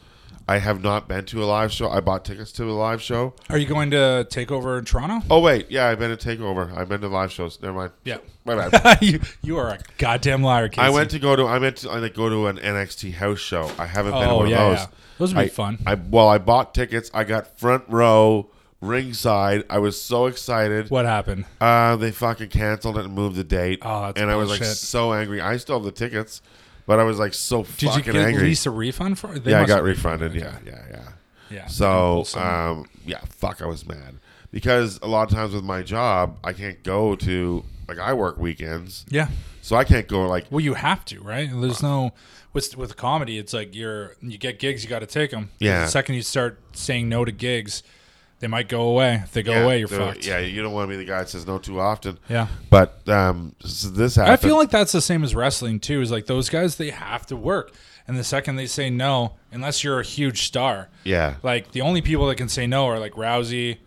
A: I have not been to a live show. I bought tickets to a live show.
B: Are you going to take over Toronto?
A: Oh wait, yeah, I've been to Takeover. I've been to live shows. Never mind.
B: Yeah.
A: my bad.
B: you you are a goddamn liar, Casey.
A: I went to go to. I meant to. I like go to an NXT house show. I haven't been to
B: Oh,
A: one
B: yeah,
A: of those.
B: yeah. Those would be
A: I-
B: fun.
A: I well, I bought tickets. I got front row, ringside. I was so excited.
B: What happened?
A: Uh, they fucking canceled it and moved the date.
B: Oh, that's
A: and I was like
B: bullshit.
A: so angry. I still have the tickets, but I was like so
B: Did you
A: fucking
B: get
A: angry.
B: Lisa refund for? it? They
A: yeah, I
B: must-
A: got refunded. Yeah, yeah, yeah.
B: Yeah.
A: So,
B: Awesome.
A: um, yeah, fuck, I was mad because a lot of times with my job, I can't go to like I work weekends,
B: yeah.
A: so I can't go like
B: Well, you have to, right? There's no with with comedy. It's like you're you get gigs, you got to take them.
A: Yeah.
B: The second you start saying no to gigs, they might go away. If they go
A: yeah,
B: away, you're
A: they're-
B: fucked.
A: Yeah, you don't want to be the guy that says no too often.
B: Yeah.
A: But um, so this happened.
B: I feel like that's the same as wrestling too. Is like those guys, they have to work, and the second they say no, unless you're a huge star,
A: yeah,
B: like the only people that can say no are like Rousey,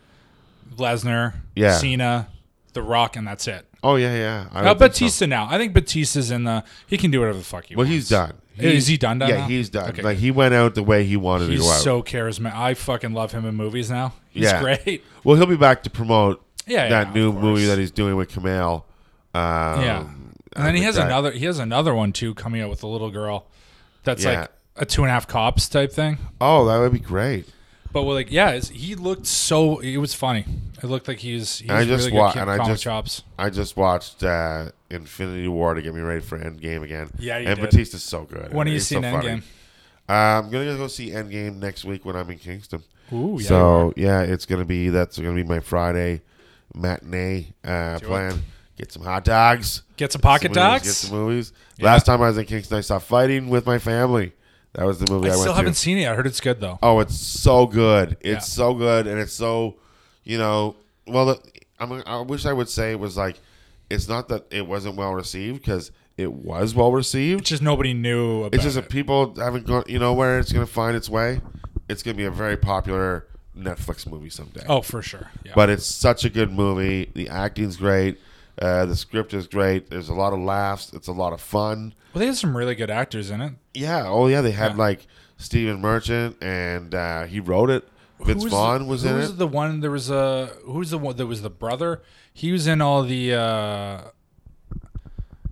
B: Lesnar,
A: Yeah.
B: Cena, The Rock, and that's it.
A: oh yeah, yeah. I
B: Now
A: don't think so.
B: Batista now. I think Batista's in the. He can do whatever the fuck he
A: Well,
B: wants.
A: he's done.
B: Is he done done
A: Yeah,
B: now?
A: he's done.
B: Okay,
A: Like he went out the way he wanted to
B: He's
A: go out.
B: so charismatic. I fucking love him in movies now. He's
A: Yeah.
B: great.
A: Well, he'll be back to promote
B: Yeah,
A: that
B: yeah,
A: new
B: of course.
A: movie that he's doing with Kamal. Um,
B: Yeah. and then he
A: the
B: has
A: guy-
B: another he has another one too coming out with a little girl that's
A: Yeah.
B: like a two and a half cops type thing.
A: Oh, that would be great.
B: But we're like, yeah, it's, he looked so it was funny. It looked like he's he's
A: I
B: really
A: just
B: good
A: wa-
B: kid-
A: and I
B: comic
A: just-
B: chops.
A: I just watched uh, Infinity War to get me ready for Endgame again.
B: Yeah, you
A: and
B: did.
A: Batista's so good.
B: When are you
A: He's so
B: seeing
A: funny.
B: Endgame?
A: Uh, I'm gonna go see Endgame next week when I'm in Kingston.
B: Ooh, yeah.
A: so yeah, it's gonna be that's gonna be my Friday matinee uh,
B: it.
A: plan. Get some hot dogs.
B: Get some pocket
A: some movies,
B: dogs.
A: Get some movies. Last time I was in Kingston, I saw Fighting with my family. That was the movie I,
B: I
A: went
B: still
A: to.
B: haven't seen it. I heard it's good though.
A: Oh, it's so good. It's
B: Yeah.
A: so good, and it's so, you know, well, the, I mean, I wish I would say it was like, it's not that it wasn't well received because it was well
B: It's
A: received.
B: just nobody knew about
A: It's just
B: it.
A: that people haven't gone. You know where it's gonna find its way. It's gonna be a very popular Netflix movie someday.
B: Oh, for sure. Yeah.
A: But it's such a good movie. The acting's great. Uh, the script is great. There's a lot of laughs. It's a lot of fun.
B: well, they have some really good actors in it.
A: Yeah. Oh, yeah. They had like Steven Merchant, and uh, he wrote it. Vince
B: Who
A: Vaughn
B: the,
A: was
B: who
A: in
B: was
A: it.
B: the one there was a who was the one that was the brother? He was in all the uh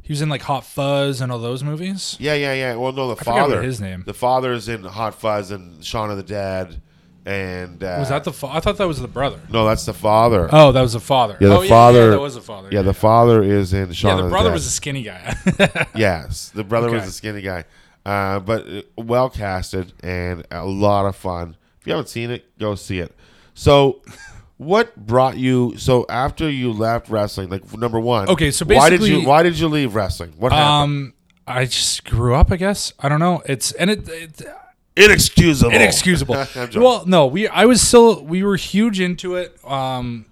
B: he was in like Hot Fuzz and all those movies.
A: Yeah, yeah, yeah. Well, no, the
B: forgot what
A: father.
B: his name.
A: The father is in Hot Fuzz and Shaun of the Dead, and uh,
B: Was that the fa- I thought that was the brother.
A: No, that's the father.
B: Oh, that was the father.
A: Yeah, the
B: oh, Yeah,
A: father-
B: that was the father.
A: yeah, the father is in
B: yeah,
A: Shaun
B: the
A: of the
B: brother
A: Dead.
B: was a skinny guy.
A: yes, the brother was
B: Okay.
A: the skinny guy, uh, but uh, well casted and a lot of fun. If you haven't seen it, go see it. So. What brought you? So after you left wrestling, like number one.
B: Okay, so
A: why did you
B: basically-
A: why did you leave wrestling? What happened?
B: um I just grew up, I guess. I don't know. It's and it, it
A: inexcusable.
B: inexcusable.
A: Oh. joking.
B: well, no, we I was still we were huge into it um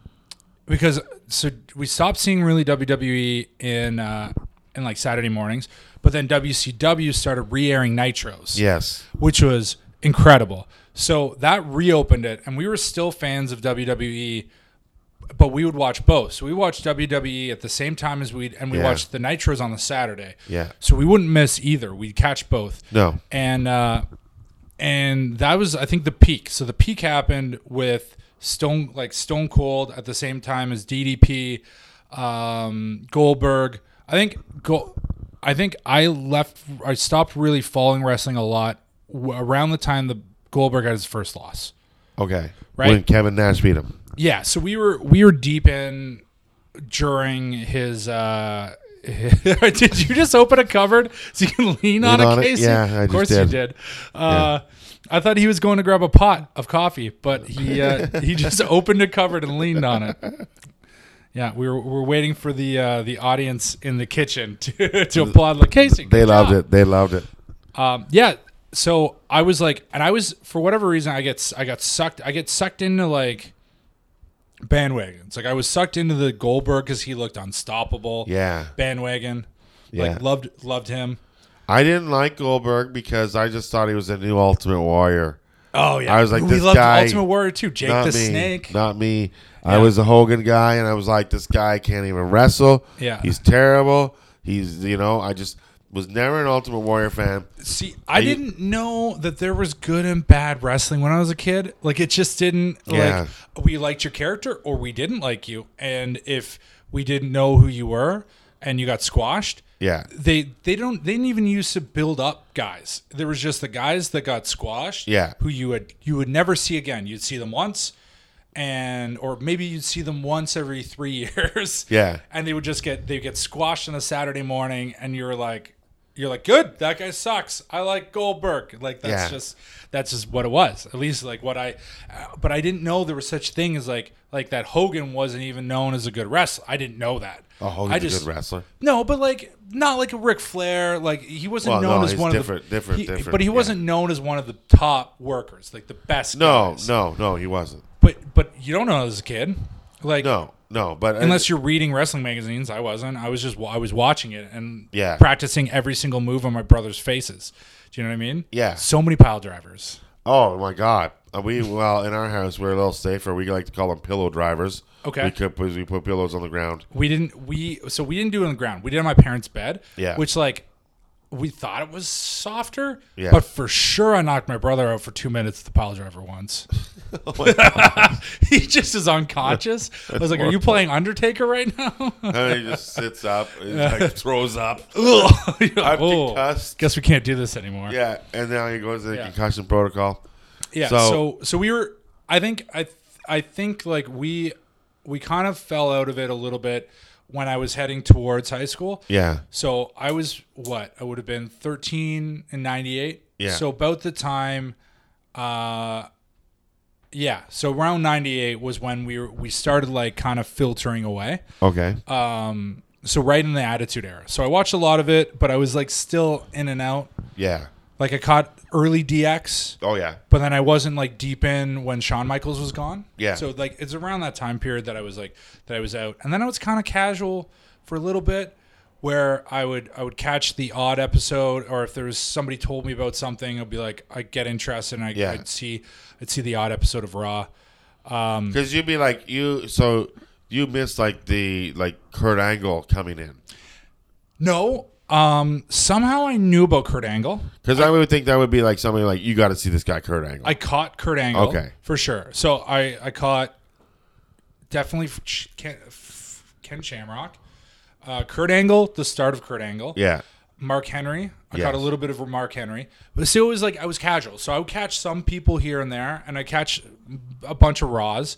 B: because so we stopped seeing really WWE E in uh and like Saturday mornings. But then WCW started re-airing nitros,
A: Yes.
B: which was incredible. So that reopened it, and we were still fans of WWE, but we would watch both. So we watched WWE at the same time as we and we
A: Yeah.
B: watched the nitros on the Saturday.
A: Yeah.
B: So we wouldn't miss either. We'd catch both.
A: No.
B: And uh, and that was I think the peak. So the peak happened with Stone like Stone Cold at the same time as DDP, um, Goldberg. I think go. I think I left. I stopped really following wrestling a lot w- around the time the Goldberg had his first loss.
A: Okay.
B: Right.
A: When Kevin Nash beat him.
B: Yeah, so we were we were deep in during his. uh Did you just open a cupboard so you can lean, on,
A: on
B: a
A: it?
B: case?
A: Yeah, I
B: of
A: just
B: course
A: did.
B: you did. Uh, I thought he was going to grab a pot of coffee, but he uh, he just opened a cupboard and leaned on it. Yeah, we were, we were waiting for the uh, the audience in the kitchen to, to applaud the Casey.
A: They
B: good
A: loved
B: job.
A: it. They loved it.
B: Um, yeah. So I was like, and I was for whatever reason, I get I got sucked. I get sucked into like bandwagons. Like I was sucked into the Goldberg because he looked unstoppable.
A: Yeah.
B: Bandwagon.
A: Yeah.
B: Like loved loved him.
A: I didn't like Goldberg because I just thought he was a new Ultimate Warrior.
B: Oh yeah.
A: I was like,
B: we
A: this
B: loved
A: guy-
B: Ultimate Warrior too. Jake
A: not
B: the
A: me.
B: Snake.
A: Not me. I was a Hogan guy, and I was like, this guy can't even wrestle.
B: Yeah.
A: He's terrible. He's, you know, I just was never an Ultimate Warrior fan.
B: See, I
A: you-
B: didn't know that there was good and bad wrestling when I was a kid. Like it just didn't
A: Yeah.
B: like we liked your character or we didn't like you. And if we didn't know who you were and you got squashed,
A: Yeah.
B: They they don't they didn't even used to build up guys. There was just the guys that got squashed
A: Yeah.
B: who you would you would never see again. You'd see them once and or maybe you'd see them once every 3 years
A: Yeah.
B: and they would just get they get squashed on a Saturday morning, and you're like, you're like, good, that guy sucks. I like Goldberg. Like that's
A: Yeah.
B: just that's just what it was. At least like what I, uh, but I didn't know there was such thing as like like that Hogan wasn't even known as a good wrestler. I didn't know that.
A: Oh, Hogan's
B: I
A: a good wrestler.
B: No, but like not like a Ric Flair. Like he wasn't
A: Well,
B: known
A: no,
B: as
A: he's
B: one
A: different-
B: of the
A: different-
B: he-
A: different,
B: But he
A: yeah.
B: wasn't known as one of the top workers, like the best.
A: No,
B: guys.
A: no, no, he wasn't.
B: But but you don't know as a kid, like
A: No, no, but uh,
B: unless you're reading wrestling magazines i wasn't i was just i was watching it and
A: Yeah.
B: practicing every single move on my brother's faces do you know what i mean
A: Yeah.
B: so many pile drivers
A: Oh my God! Uh, We well in our house we're a little safer. We like to call them pillow drivers.
B: Okay.
A: we could, we put pillows on the ground.
B: we didn't we so we didn't do it on the ground we did it on my parents bed
A: Yeah.
B: which like we thought it was softer
A: Yeah.
B: but for sure i knocked my brother out for two minutes with the pile driver once he just is unconscious i was like are you playing undertaker right now
A: And he just sits up, and like, throws up.
B: You're like, "Oh,
A: concussed."
B: guess we can't do this anymore
A: Yeah, and now he goes to the
B: Yeah.
A: concussion protocol.
B: Yeah.
A: So-
B: So, so we were. I think I th- I think like we we kind of fell out of it a little bit when I was heading towards high school.
A: Yeah,
B: So I was what I would have been thirteen and ninety eight.
A: Yeah.
B: So about the time, uh, yeah. So around ninety eight was when we were, we started like kind of filtering away
A: okay.
B: Uh, so right in the attitude era so i watched a lot of it but i was like still in and out
A: yeah.
B: like i caught early dx
A: Oh yeah.
B: but then I wasn't like deep in when Shawn Michaels was gone.
A: Yeah.
B: So like it's around that time period that I was like that I was out, and then I was kind of casual for a little bit, where I would I would catch the odd episode, or if there was somebody told me about something, I'd be like I would get interested, and I,
A: Yeah.
B: I'd see I'd see the odd episode of Raw. Hmm.
A: Because you'd be like you. So you missed like the like Kurt Angle coming in.
B: No, um, somehow I knew about Kurt Angle.
A: Because I, would think that would be like somebody like you got to see this guy Kurt Angle.
B: I caught Kurt Angle.
A: Okay.
B: For sure. So I I caught definitely f- Ch- Ken, f- Ken Shamrock, uh, Kurt Angle, the start of Kurt Angle.
A: yeah.
B: Mark Henry. I
A: Yes.
B: caught a little bit of Mark Henry. But still, it was like I was casual. So I would catch some people here and there, and I catch a bunch of Raws.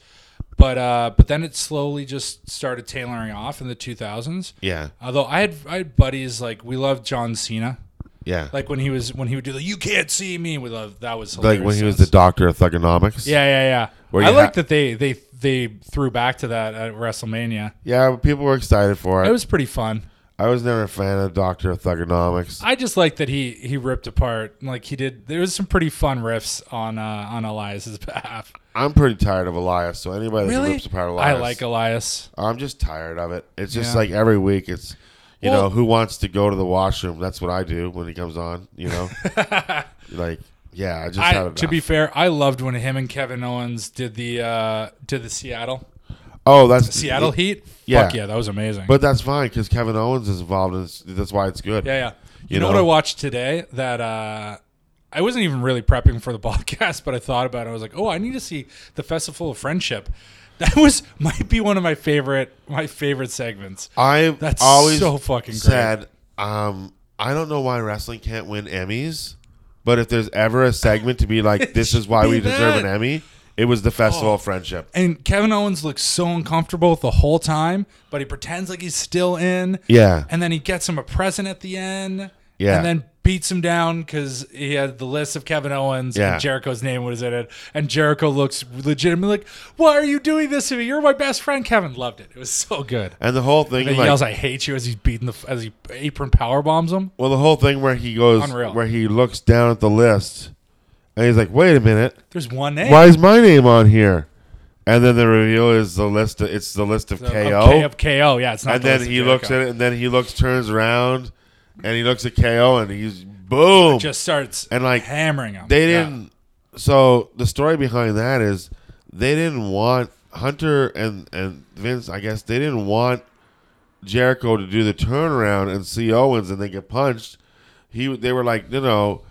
B: But uh, but then it slowly just started tailoring off in the 2000s.
A: Yeah.
B: Although I had I had buddies like we loved John Cena.
A: Yeah. Like,
B: Like when he was when he would do the you can't see me. We loved that was hilarious.
A: like when he
B: to
A: was
B: us.
A: the doctor of thugonomics.
B: Yeah, yeah, yeah.
A: Where
B: I
A: you
B: like
A: ha-
B: that they they they threw back to that at WrestleMania.
A: Yeah. People were excited for
B: It
A: it.
B: was pretty fun.
A: I was never a fan of Doctor of Thugonomics.
B: I just like that he he ripped apart like he did. There was some pretty fun riffs on uh, on Elias's behalf.
A: I'm pretty tired of Elias. So anybody that rips apart Elias,
B: I like Elias.
A: I'm just tired of it. It's just
B: Yeah.
A: like every week, it's You
B: Well-
A: know, who wants to go to the washroom? That's what I do when he comes on. You know, like yeah, I just had
B: I,
A: enough.
B: to be fair, I loved when him and Kevin Owens did the uh, did the Seattle
A: oh that's
B: Seattle Heat.
A: Yeah.
B: Fuck yeah, that was amazing.
A: But that's fine because Kevin Owens is involved, and it's- that's why it's good.
B: yeah, yeah. You,
A: You
B: know, what
A: know.
B: I watched today that uh, I wasn't even really prepping for the podcast, but I thought about it. I was like, oh, I need to see the Festival of Friendship. That was might be one of my favorite my favorite segments.
A: I'm
B: That's
A: always
B: so fucking great.
A: sad. Um, I don't know why wrestling can't win Emmys, but if there's ever a segment to be like, this is why
B: should
A: we
B: be
A: deserve
B: that. Oh.
A: an Emmy, it was the Festival of Friendship.
B: And Kevin Owens looks so uncomfortable the whole time, but he pretends like he's still in.
A: Yeah.
B: And then he gets him a present at the end.
A: Yeah.
B: And then beats him down because he had the list of Kevin Owens
A: Yeah.
B: and Jericho's name was in it. And Jericho looks legitimately like, Why are you doing this to me? You're my best friend. Kevin loved it. It was so good.
A: And the whole thing,
B: And he
A: like,
B: yells, I hate you as he's beating the, as he apron power bombs him.
A: well, the whole thing where he goes,
B: Unreal.
A: where he looks down at the list, and he's like, wait a minute,
B: There's one name.
A: why is my name on here? And then the reveal is the list. Of, it's the list of
B: Of-
A: KO.
B: Of, K- of KO. Yeah. It's not
A: and
B: the
A: then
B: list of
A: he looks at
B: Jericho.
A: it, and then he looks, turns around, and he looks at KO, and he's boom.
B: Just starts
A: And, like,
B: hammering him.
A: they
B: Yeah.
A: didn't. So the story behind that is they didn't want Hunter and and Vince. I guess they didn't want Jericho to do the turnaround and see Owens and then get punched. He they were like, no, no.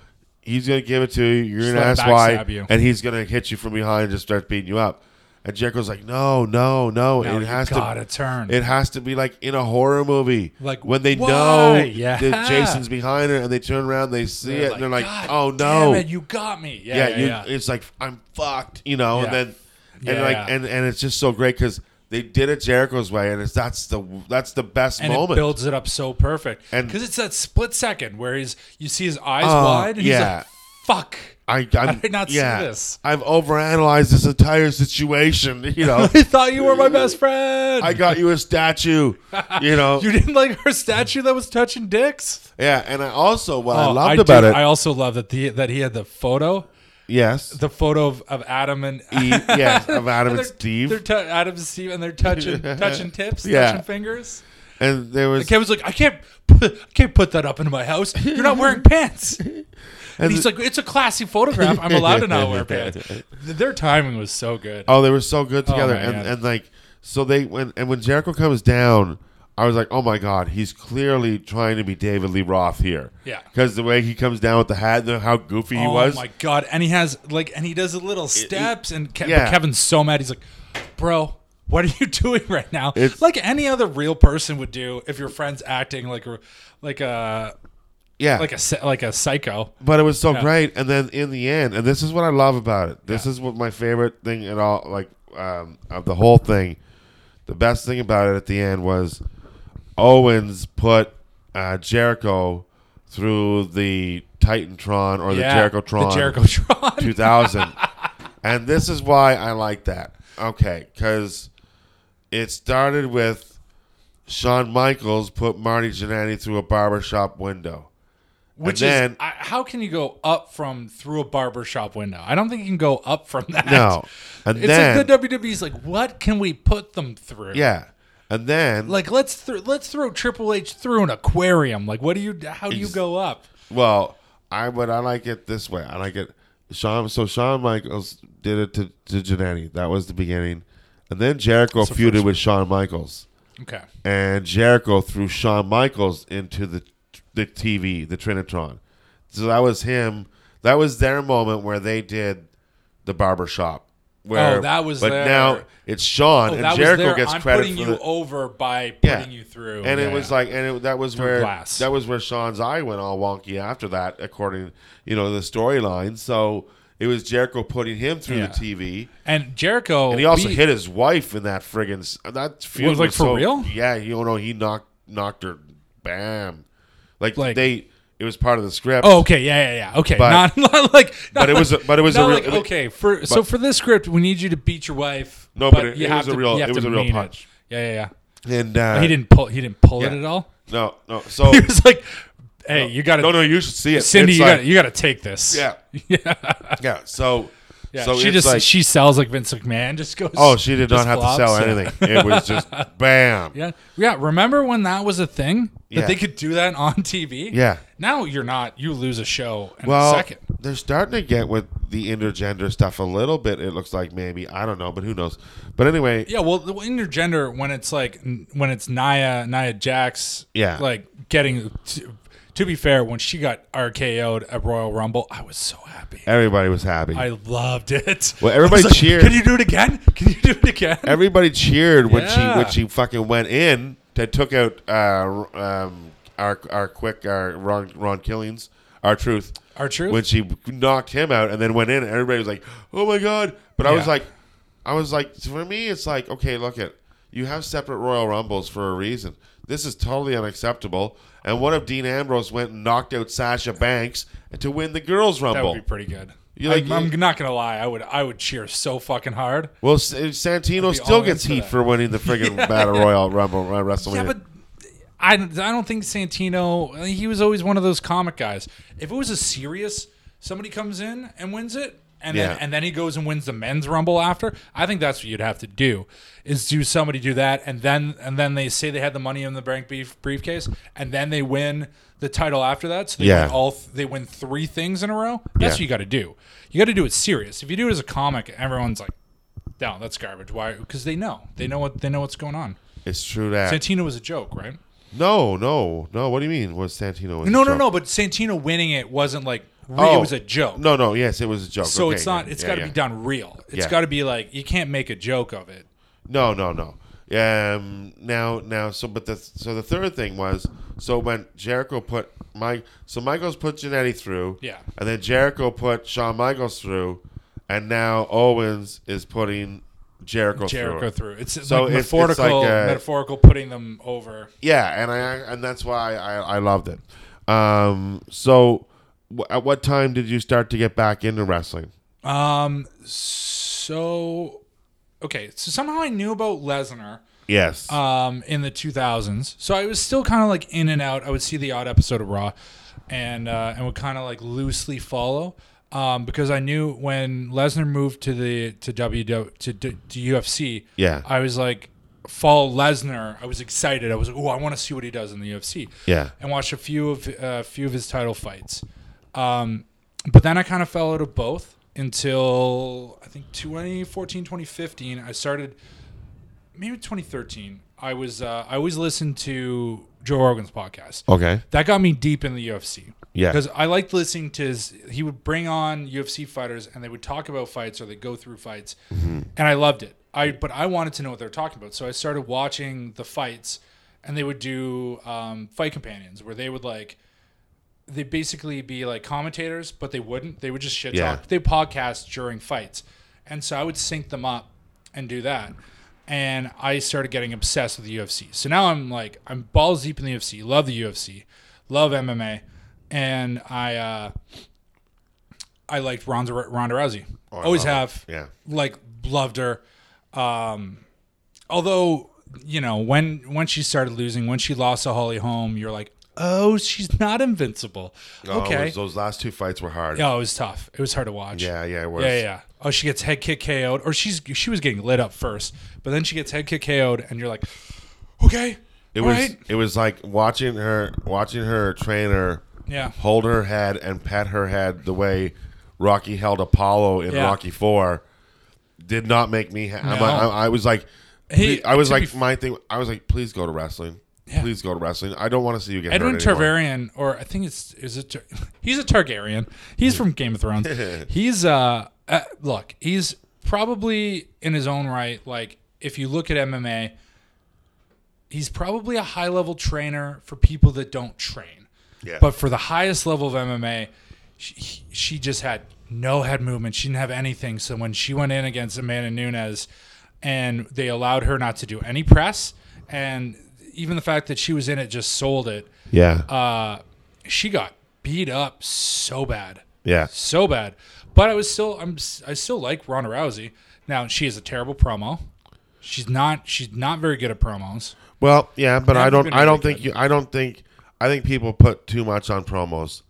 A: He's gonna give it to you. You're
B: Just
A: gonna
B: let
A: ask
B: him
A: why,
B: backstab you.
A: and he's gonna hit you from behind and just start beating you up. And Jericho's like, no, no, no.
B: No,
A: it
B: you
A: has
B: gotta
A: to
B: turn.
A: It has to be like in a horror movie,
B: Like,
A: when they
B: why?
A: know
B: Yeah.
A: that Jason's behind her, and they turn around, they see it, and they're like,
B: "God
A: oh
B: damn
A: no,
B: it, you got me. Yeah,
A: yeah,
B: yeah,
A: you,
B: yeah.
A: it's like I'm fucked, you know.
B: Yeah.
A: And then, and
B: Yeah,
A: like,
B: yeah.
A: and and it's just so great because they did it Jericho's way, and it's that's the that's the best
B: and
A: moment.
B: it builds it up so perfect.
A: And-
B: because it's that split second where he's you see his eyes
A: Oh,
B: wide, and
A: yeah.
B: he's like, "Fuck."
A: I I'm,
B: How did I not see
A: yeah,
B: this?
A: I've overanalyzed this entire situation. You know,
B: I thought you were my best friend.
A: I got you a statue. You know,
B: you didn't like her statue that was touching dicks.
A: yeah. And I also what I
B: Oh,
A: loved
B: do-
A: about it,
B: I also love that the that he had the photo,
A: yes,
B: the photo of, of Adam and
A: E- yes, of Adam
B: they're-
A: and Steve,
B: They're tou- Adam and Steve, and they're touching touching tips,
A: Yeah.
B: touching fingers.
A: and there was
B: The kid was like, I can't, put, I can't put that up into my house. You're not wearing pants. And, he's like, it's a classy photograph. I'm allowed to not wear pants. Th- Their timing was so good.
A: Oh, they were so good together,
B: my
A: and
B: God.
A: and like so they when and when Jericho comes down, I was like, oh my god, he's clearly trying to be David Lee Roth here.
B: Yeah.
A: because the way he comes down with the hat, and how goofy he
B: Oh
A: was.
B: my god! And he has like, and he does the little steps, and Ke- but
A: yeah.
B: Kevin's so mad. He's like, bro. What are you doing right now?
A: It's-
B: like any other real person would do if your friend's acting like a like a
A: yeah,
B: like a se- like a psycho.
A: but it was so great. And then in the end, and this is what I love about it. This is what my favorite thing at all, like um, of the whole thing. The best thing about it at the end was Owens put uh, Jericho through the Titantron or
B: Yeah,
A: the Jerichotron.
B: The Jerichotron.
A: 2000. and this is why I like that. Okay, because it started with Shawn Michaels put Marty Jannetty through a barbershop window.
B: Which
A: And
B: is
A: then-
B: I, how can you go up from through a barber shop window? I don't think you can go up from that.
A: No. And
B: it's
A: then,
B: like the WWE's E like, what can we put them through?
A: yeah. And then,
B: like let's th- let's throw Triple H through an aquarium. Like, what do you? How do you
A: Ex-
B: go up?
A: well, I but I like it this way. I like it. Shawn, so Shawn Michaels did it to, to Jannetty. That was the beginning. And then Jericho feuded with Shawn Michaels.
B: Okay,
A: and Jericho threw Shawn Michaels into the the TV, the Trinitron. So that was him. That was their moment where they did the barbershop. Where,
B: Oh, that was
A: But
B: their-
A: now it's Shawn,
B: oh,
A: and
B: that
A: Jericho
B: was there.
A: gets
B: I'm
A: credit
B: putting
A: for
B: you
A: the,
B: over by
A: Yeah.
B: putting you through,
A: and it
B: Yeah,
A: was
B: yeah.
A: like, and it, that was where
B: glass.
A: that was where Sean's eye went all wonky after that, according you know the storyline. So it was Jericho putting him through
B: Yeah.
A: the TV,
B: and Jericho,
A: and he also
B: beat-
A: hit his wife in that friggin' s- that feud
B: Was, like, for
A: so-
B: real?
A: Yeah, you know he knocked knocked her, bam, like,
B: Like-
A: they it was part of the script.
B: Oh, okay, yeah, yeah, yeah. Okay,
A: But-
B: not, not like, not
A: but it was a-
B: like-
A: but it was a
B: not
A: real-
B: like, okay. For so for this script, we need you to beat your wife.
A: No, but it-
B: you
A: it
B: have
A: was a
B: to-
A: real-
B: you have
A: it was
B: to
A: a real
B: mean it.
A: punch.
B: Yeah, yeah, yeah.
A: and uh,
B: He didn't pull. He didn't pull it
A: yeah.
B: at all.
A: No, no. So
B: He was like, "Hey, you got to,
A: no, no. You should see it,
B: Cindy,
A: It's
B: you
A: like-
B: got to, you got to take this."
A: yeah, yeah, yeah. So,
B: Yeah,
A: so
B: she
A: it's
B: just
A: like,
B: she sells like Vince McMahon. Just goes.
A: oh, she did
B: just
A: not have to
B: flops.
A: sell
B: Yeah.
A: anything. It was just bam.
B: Yeah, yeah. Remember when that was a thing? That
A: Yeah.
B: they could do that on TV.
A: Yeah.
B: Now you're not. You lose a show in
A: Well,
B: a second.
A: they're starting to get with the intergender stuff a little bit. It looks like maybe I don't know, but who knows? But anyway,
B: Yeah, well, the intergender when it's like n- when it's Nia Nia Jax,
A: Yeah.
B: like getting. To, to be fair, when she got RKO'd at Royal Rumble, I was so happy.
A: everybody was happy.
B: I loved it.
A: Well, everybody
B: I was
A: cheered.
B: Can you do it again? Can you do it again?
A: everybody cheered when
B: Yeah.
A: she when she fucking went in that took out uh, um, our our quick our Ron Ron Killings our truth
B: Our Truth?
A: when she knocked him out and then went in and everybody was like oh my god but I was
B: Yeah.
A: like I was like for me it's like okay look at you have separate Royal Rumbles for a reason this is totally unacceptable and what if Dean Ambrose went and knocked out Sasha Banks to win the girls
B: that
A: Rumble
B: would be pretty good.
A: You like-
B: I'm, I'm not gonna lie. I would. I would cheer so fucking hard.
A: well S- uh, Santino
B: be
A: still
B: all
A: gets
B: in for
A: heat
B: that.
A: for winning the friggin' Battle Royal Rumble uh, WrestleMania
B: Yeah, but I, I don't think Santino. He was always one of those comic guys. If it was a serious, somebody comes in and wins it, and
A: Yeah.
B: then and then he goes and wins the men's rumble after. I think that's what you'd have to do is do somebody do that, and then and then they say they had the money in the bank beef briefcase, and then they win the title after that. So they
A: Yeah.
B: win all th- they win three things in a row. That's
A: Yeah.
B: what you got to do. You got to do it serious. If you do it as a comic, everyone's like. No, that's garbage. Why? Because they know. They know what they know what's going on.
A: It's true that.
B: Santino was a joke, right?
A: no, no, no. What do you mean? Was Santino? Was
B: No,
A: a
B: no,
A: joke?
B: no. But Santino winning it wasn't like re- it was a joke.
A: Oh. No, no. Yes, it was a joke.
B: so
A: Okay,
B: it's not.
A: yeah,
B: It's
A: yeah,
B: got to
A: yeah.
B: be done real. It's
A: Yeah.
B: got to be like you can't make a joke of it.
A: No, no, no. Um. Now, now. So, but the so the third thing was so when Jericho put Mike. So Michaels put Janetti through.
B: Yeah.
A: And then Jericho put Shawn Michaels through, and now Owens is putting Jericho, through.
B: Jericho through. It's
A: So
B: like
A: it's- it's like uh,
B: metaphorical,
A: a-
B: metaphorical putting them over.
A: Yeah, and I and that's why I I loved it. Um. So, w- at what time did you start to get back into wrestling?
B: Um. So, okay. So somehow I knew about Lesnar.
A: Yes.
B: um, in the 2000s. So I was still kind of like in and out. I would see the odd episode of Raw, and uh, and would kind of like loosely follow um, because I knew when Lesnar moved to the to W to, D to UFC.
A: Yeah.
B: I was like follow Lesnar. I was excited. I was like, oh, I want to see what he does in the UFC.
A: Yeah.
B: and watch a few of a few of his title fights. Um, but then I kind of fell out of both until I think 2014, 2015. I started maybe 2013. I was uh, I always listened to Joe Rogan's podcast.
A: okay.
B: That got me deep in the UFC.
A: Yeah.
B: Because I liked listening to his, he would bring on UFC fighters and they would talk about fights or they go through fights.
A: Mm-hmm.
B: And I loved it. I But I wanted to know what they were talking about. So I started watching the fights and they would do um, fight companions where they would like, they'd basically be like commentators, but they wouldn't. They would just shit
A: Yeah.
B: talk. They podcast during fights. And so I would sync them up and do that. And I started getting obsessed with the UFC. So now I'm like, I'm balls deep in the UFC, love the UFC, love MMA. And I, uh, I liked Ronda, Ronda Rousey.
A: Oh, I
B: Always
A: love
B: have.
A: her. Yeah.
B: Like, loved her although you know when when she started losing when she lost to holly Holm, you're like oh she's not invincible
A: Oh, it
B: okay
A: was- those last two fights were hard.
B: yeah it was tough it was hard to watch
A: Yeah, yeah, it was.
B: yeah yeah, yeah. oh she gets head kick ko'd or she's she was getting lit up first but then she gets head kick ko'd and you're like okay
A: It
B: all
A: was
B: right.
A: it was like watching her watching her trainer
B: Yeah.
A: hold her head and pet her head the way Rocky held Apollo in
B: Yeah.
A: Rocky 4 did not make me ha- I'm-
B: No.
A: I, I was like
B: He-
A: I was
B: to be
A: like
B: f-
A: my thing I was like please go to wrestling. Please go to wrestling. I don't want to see you get
B: Edwin
A: hurt anymore.
B: Targaryen, or I think it's is it Tar- he's a Targaryen. He's from Game of Thrones. he's uh, uh look, he's probably in his own right like if you look at MMA, he's probably a high level trainer for people that don't train.
A: Yeah.
B: But for the highest level of MMA, she, he- she just had no head movement. She didn't have anything. So when she went in against Amanda Nunes and they allowed her not to do any press, and even the fact that she was in it just sold it,
A: Yeah.
B: uh, she got beat up so bad
A: yeah.
B: so bad. But I was still I'm I still like Ronda Rousey. Now she is a terrible promo. She's not she's not very good at promos.
A: Well, yeah, but I
B: I've
A: don't
B: been
A: I don't
B: really
A: think you I don't think I think people put too much on promos.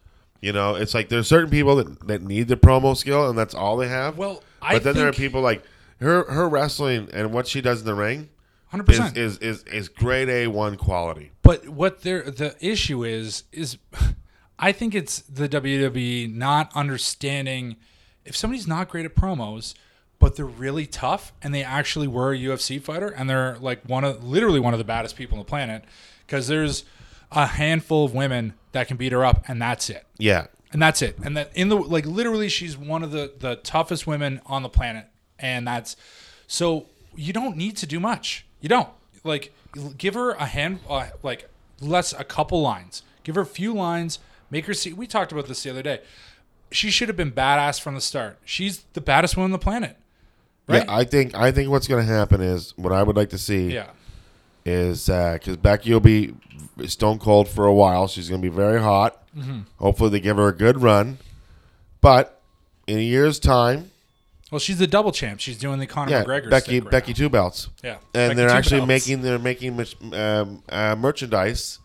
A: You know, it's like there's certain people that, that need the promo skill and that's all they have.
B: Well,
A: but
B: I
A: then there are
B: think-
A: people like her her wrestling and what she does in the ring
B: hundred
A: is
B: percent.
A: is is, is grade A one quality.
B: But what they're, the issue is is I think it's the WWE not understanding if somebody's not great at promos, but they're really tough and they actually were a UFC fighter and they're like one of literally one of the baddest people on the planet because there's a handful of women that can beat her up and that's it.
A: Yeah,
B: And that's it. And that in the like literally she's one of the the toughest women on the planet and that's so you don't need to do much. You don't. Like give her a hand uh, like less a couple lines. Give her a few lines, make her see we talked about this the other day. She should have been badass from the start. She's the baddest woman on the planet. Right?
A: yeah. I think I think what's going to happen is what I would like to see.
B: yeah.
A: is because Becky will be stone cold for a while. She's going to be very hot.
B: Mm-hmm.
A: Hopefully, they give her a good run. But in a year's time,
B: Well, she's the double champ. She's doing the Conor
A: yeah,
B: McGregor
A: Becky
B: stick right
A: Becky
B: now.
A: two belts.
B: Yeah.
A: and
B: Becky
A: they're
B: Two
A: actually
B: Belts.
A: making they're making mis- um, uh, merchandise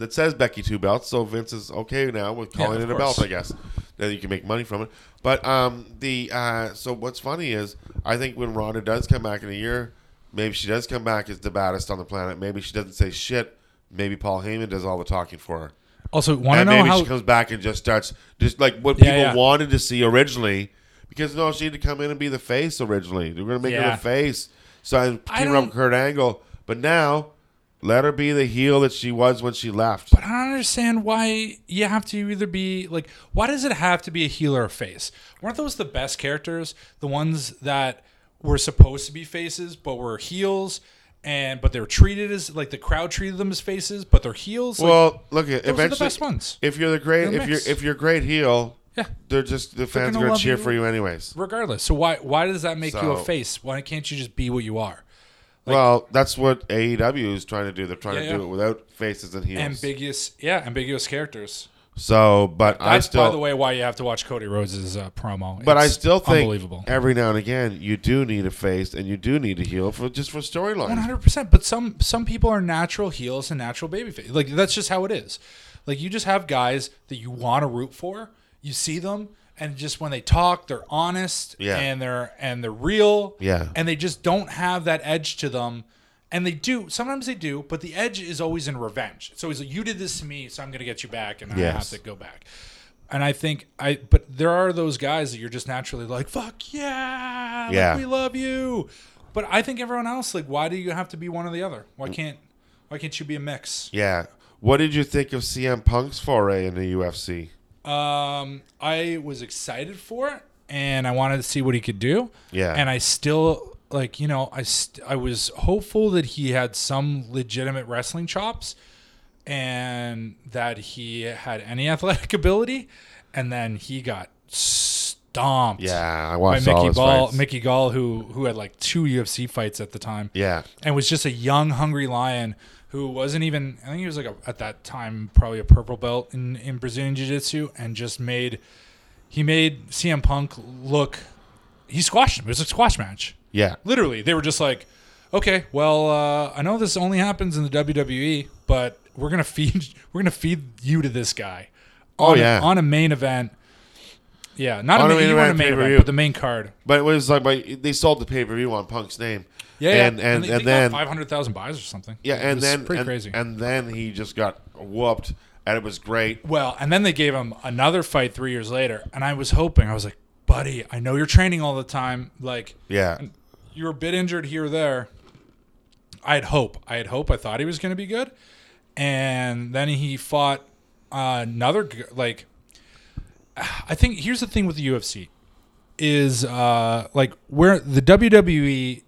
A: that says Becky two belts. So Vince is okay now with calling
B: of
A: it a belt,
B: course.
A: I guess. Now you can make money from it. But um, the uh, so what's funny is I think when Ronda does come back in a year, maybe she does come back as the baddest on the planet. Maybe she doesn't say shit. Maybe Paul Heyman does all the talking for her.
B: Also, want to
A: And
B: know
A: maybe
B: how
A: she comes back and just starts just like what
B: Yeah,
A: people
B: yeah.
A: wanted to see originally. Because no, she had to come in and be the face originally. They were gonna make her
B: Yeah.
A: the face. So I
B: I
A: team her up
B: don't-
A: with Kurt Angle. But now let her be the heel that she was when she left.
B: But I don't understand why you have to either be like, why does it have to be a heel or a face? Weren't those the best characters? The ones that were supposed to be faces but were heels, and but they were treated as like the crowd treated them as faces, but they're heels. Like,
A: well, look at
B: those
A: eventually
B: are the best ones.
A: if you're the great
B: They're
A: if you're
B: mixed.
A: if you're a great heel,
B: Yeah.
A: they're just the fans are
B: gonna
A: gonna
B: love
A: cheer
B: you.
A: for you anyways.
B: Regardless, so why why does that make you a
A: So-
B: face? Why can't you just be what you are?
A: well, that's what AEW is trying to do. They're trying
B: Yeah,
A: to do
B: yeah.
A: it without faces and heels.
B: Ambiguous, yeah, ambiguous characters.
A: so, but I
B: That's
A: still
B: by the way why you have to watch Cody Rhodes' uh, promo.
A: But I
B: It's
A: still think
B: unbelievable.
A: every now and again you do need a face and you do need a heel for just for
B: One
A: storyline.
B: hundred percent. But some some people are natural heels and natural babyface. Like that's just how it is. Like you just have guys that you want to root for. You see them, and just when they talk, they're honest.
A: Yeah.
B: And they're and they're real.
A: Yeah.
B: And they just don't have that edge to them. And they do sometimes they do, but the edge is always in revenge. It's always like, you did this to me, so I'm going to get you back, and I have
A: Yes.
B: to go back. And I think I, but there are those guys that you're just naturally like, fuck yeah, like,
A: Yeah.
B: we love you. But I think everyone else, like, why do you have to be one or the other?
A: Mm.
B: Why can't why can't you be a mix?
A: Yeah. What did you think of CM Punk's foray in the UFC?
B: Um, I was excited for it, and I wanted to see what he could do.
A: Yeah.
B: and I still like you know I st- I was hopeful that he had some legitimate wrestling chops, and that he had any athletic ability, and then he got stomped.
A: Yeah, I
B: By
A: watched all
B: Mickey
A: his
B: Ball,
A: fights.
B: Mickey Gall, who who had like two UFC fights at the time,
A: yeah.
B: and was just a young, hungry lion who wasn't even. I think he was like a, at that time probably a purple belt in in Brazilian Jiu Jitsu, and just made he made CM Punk look. He squashed him. It was a squash match.
A: Yeah.
B: Literally, they were just like, "Okay, well, uh, I know this only happens in the WWE, but we're gonna feed we're gonna feed you to this guy."
A: Oh,
B: on a-
A: yeah.
B: on a main event. Yeah, not
A: On
B: a
A: a
B: main,
A: main
B: you weren't a
A: event
B: main event,
A: pay-per-view.
B: but the main card.
A: But it was like but they sold the pay per view on Punk's name.
B: Yeah, yeah.
A: And and, and, then
B: five hundred thousand buys or something.
A: yeah,
B: It
A: and
B: was
A: then
B: pretty
A: and,
B: crazy.
A: and then he just got whooped and it was great.
B: Well, and then they gave him another fight three years later, and I was hoping I was like, buddy, I know you're training all the time, like
A: Yeah.
B: you were a bit injured here or there. I had hope. I had hope. I thought he was going to be good, and then he fought uh, another g- like. I think here's the thing with the UFC, is uh like where the WWE,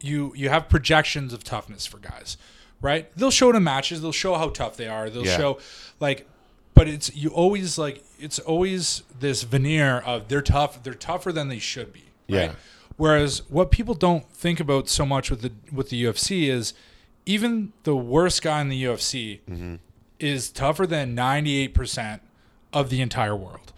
B: you you have projections of toughness for guys, right? They'll show it in matches. They'll show how tough they are. They'll
A: Yeah.
B: show like, but it's you always like it's always this veneer of they're tough. They're tougher than they should be. Right?
A: Yeah.
B: Whereas what people don't think about so much with the with the UFC is even the worst guy in the UFC is tougher than 98% of the entire world.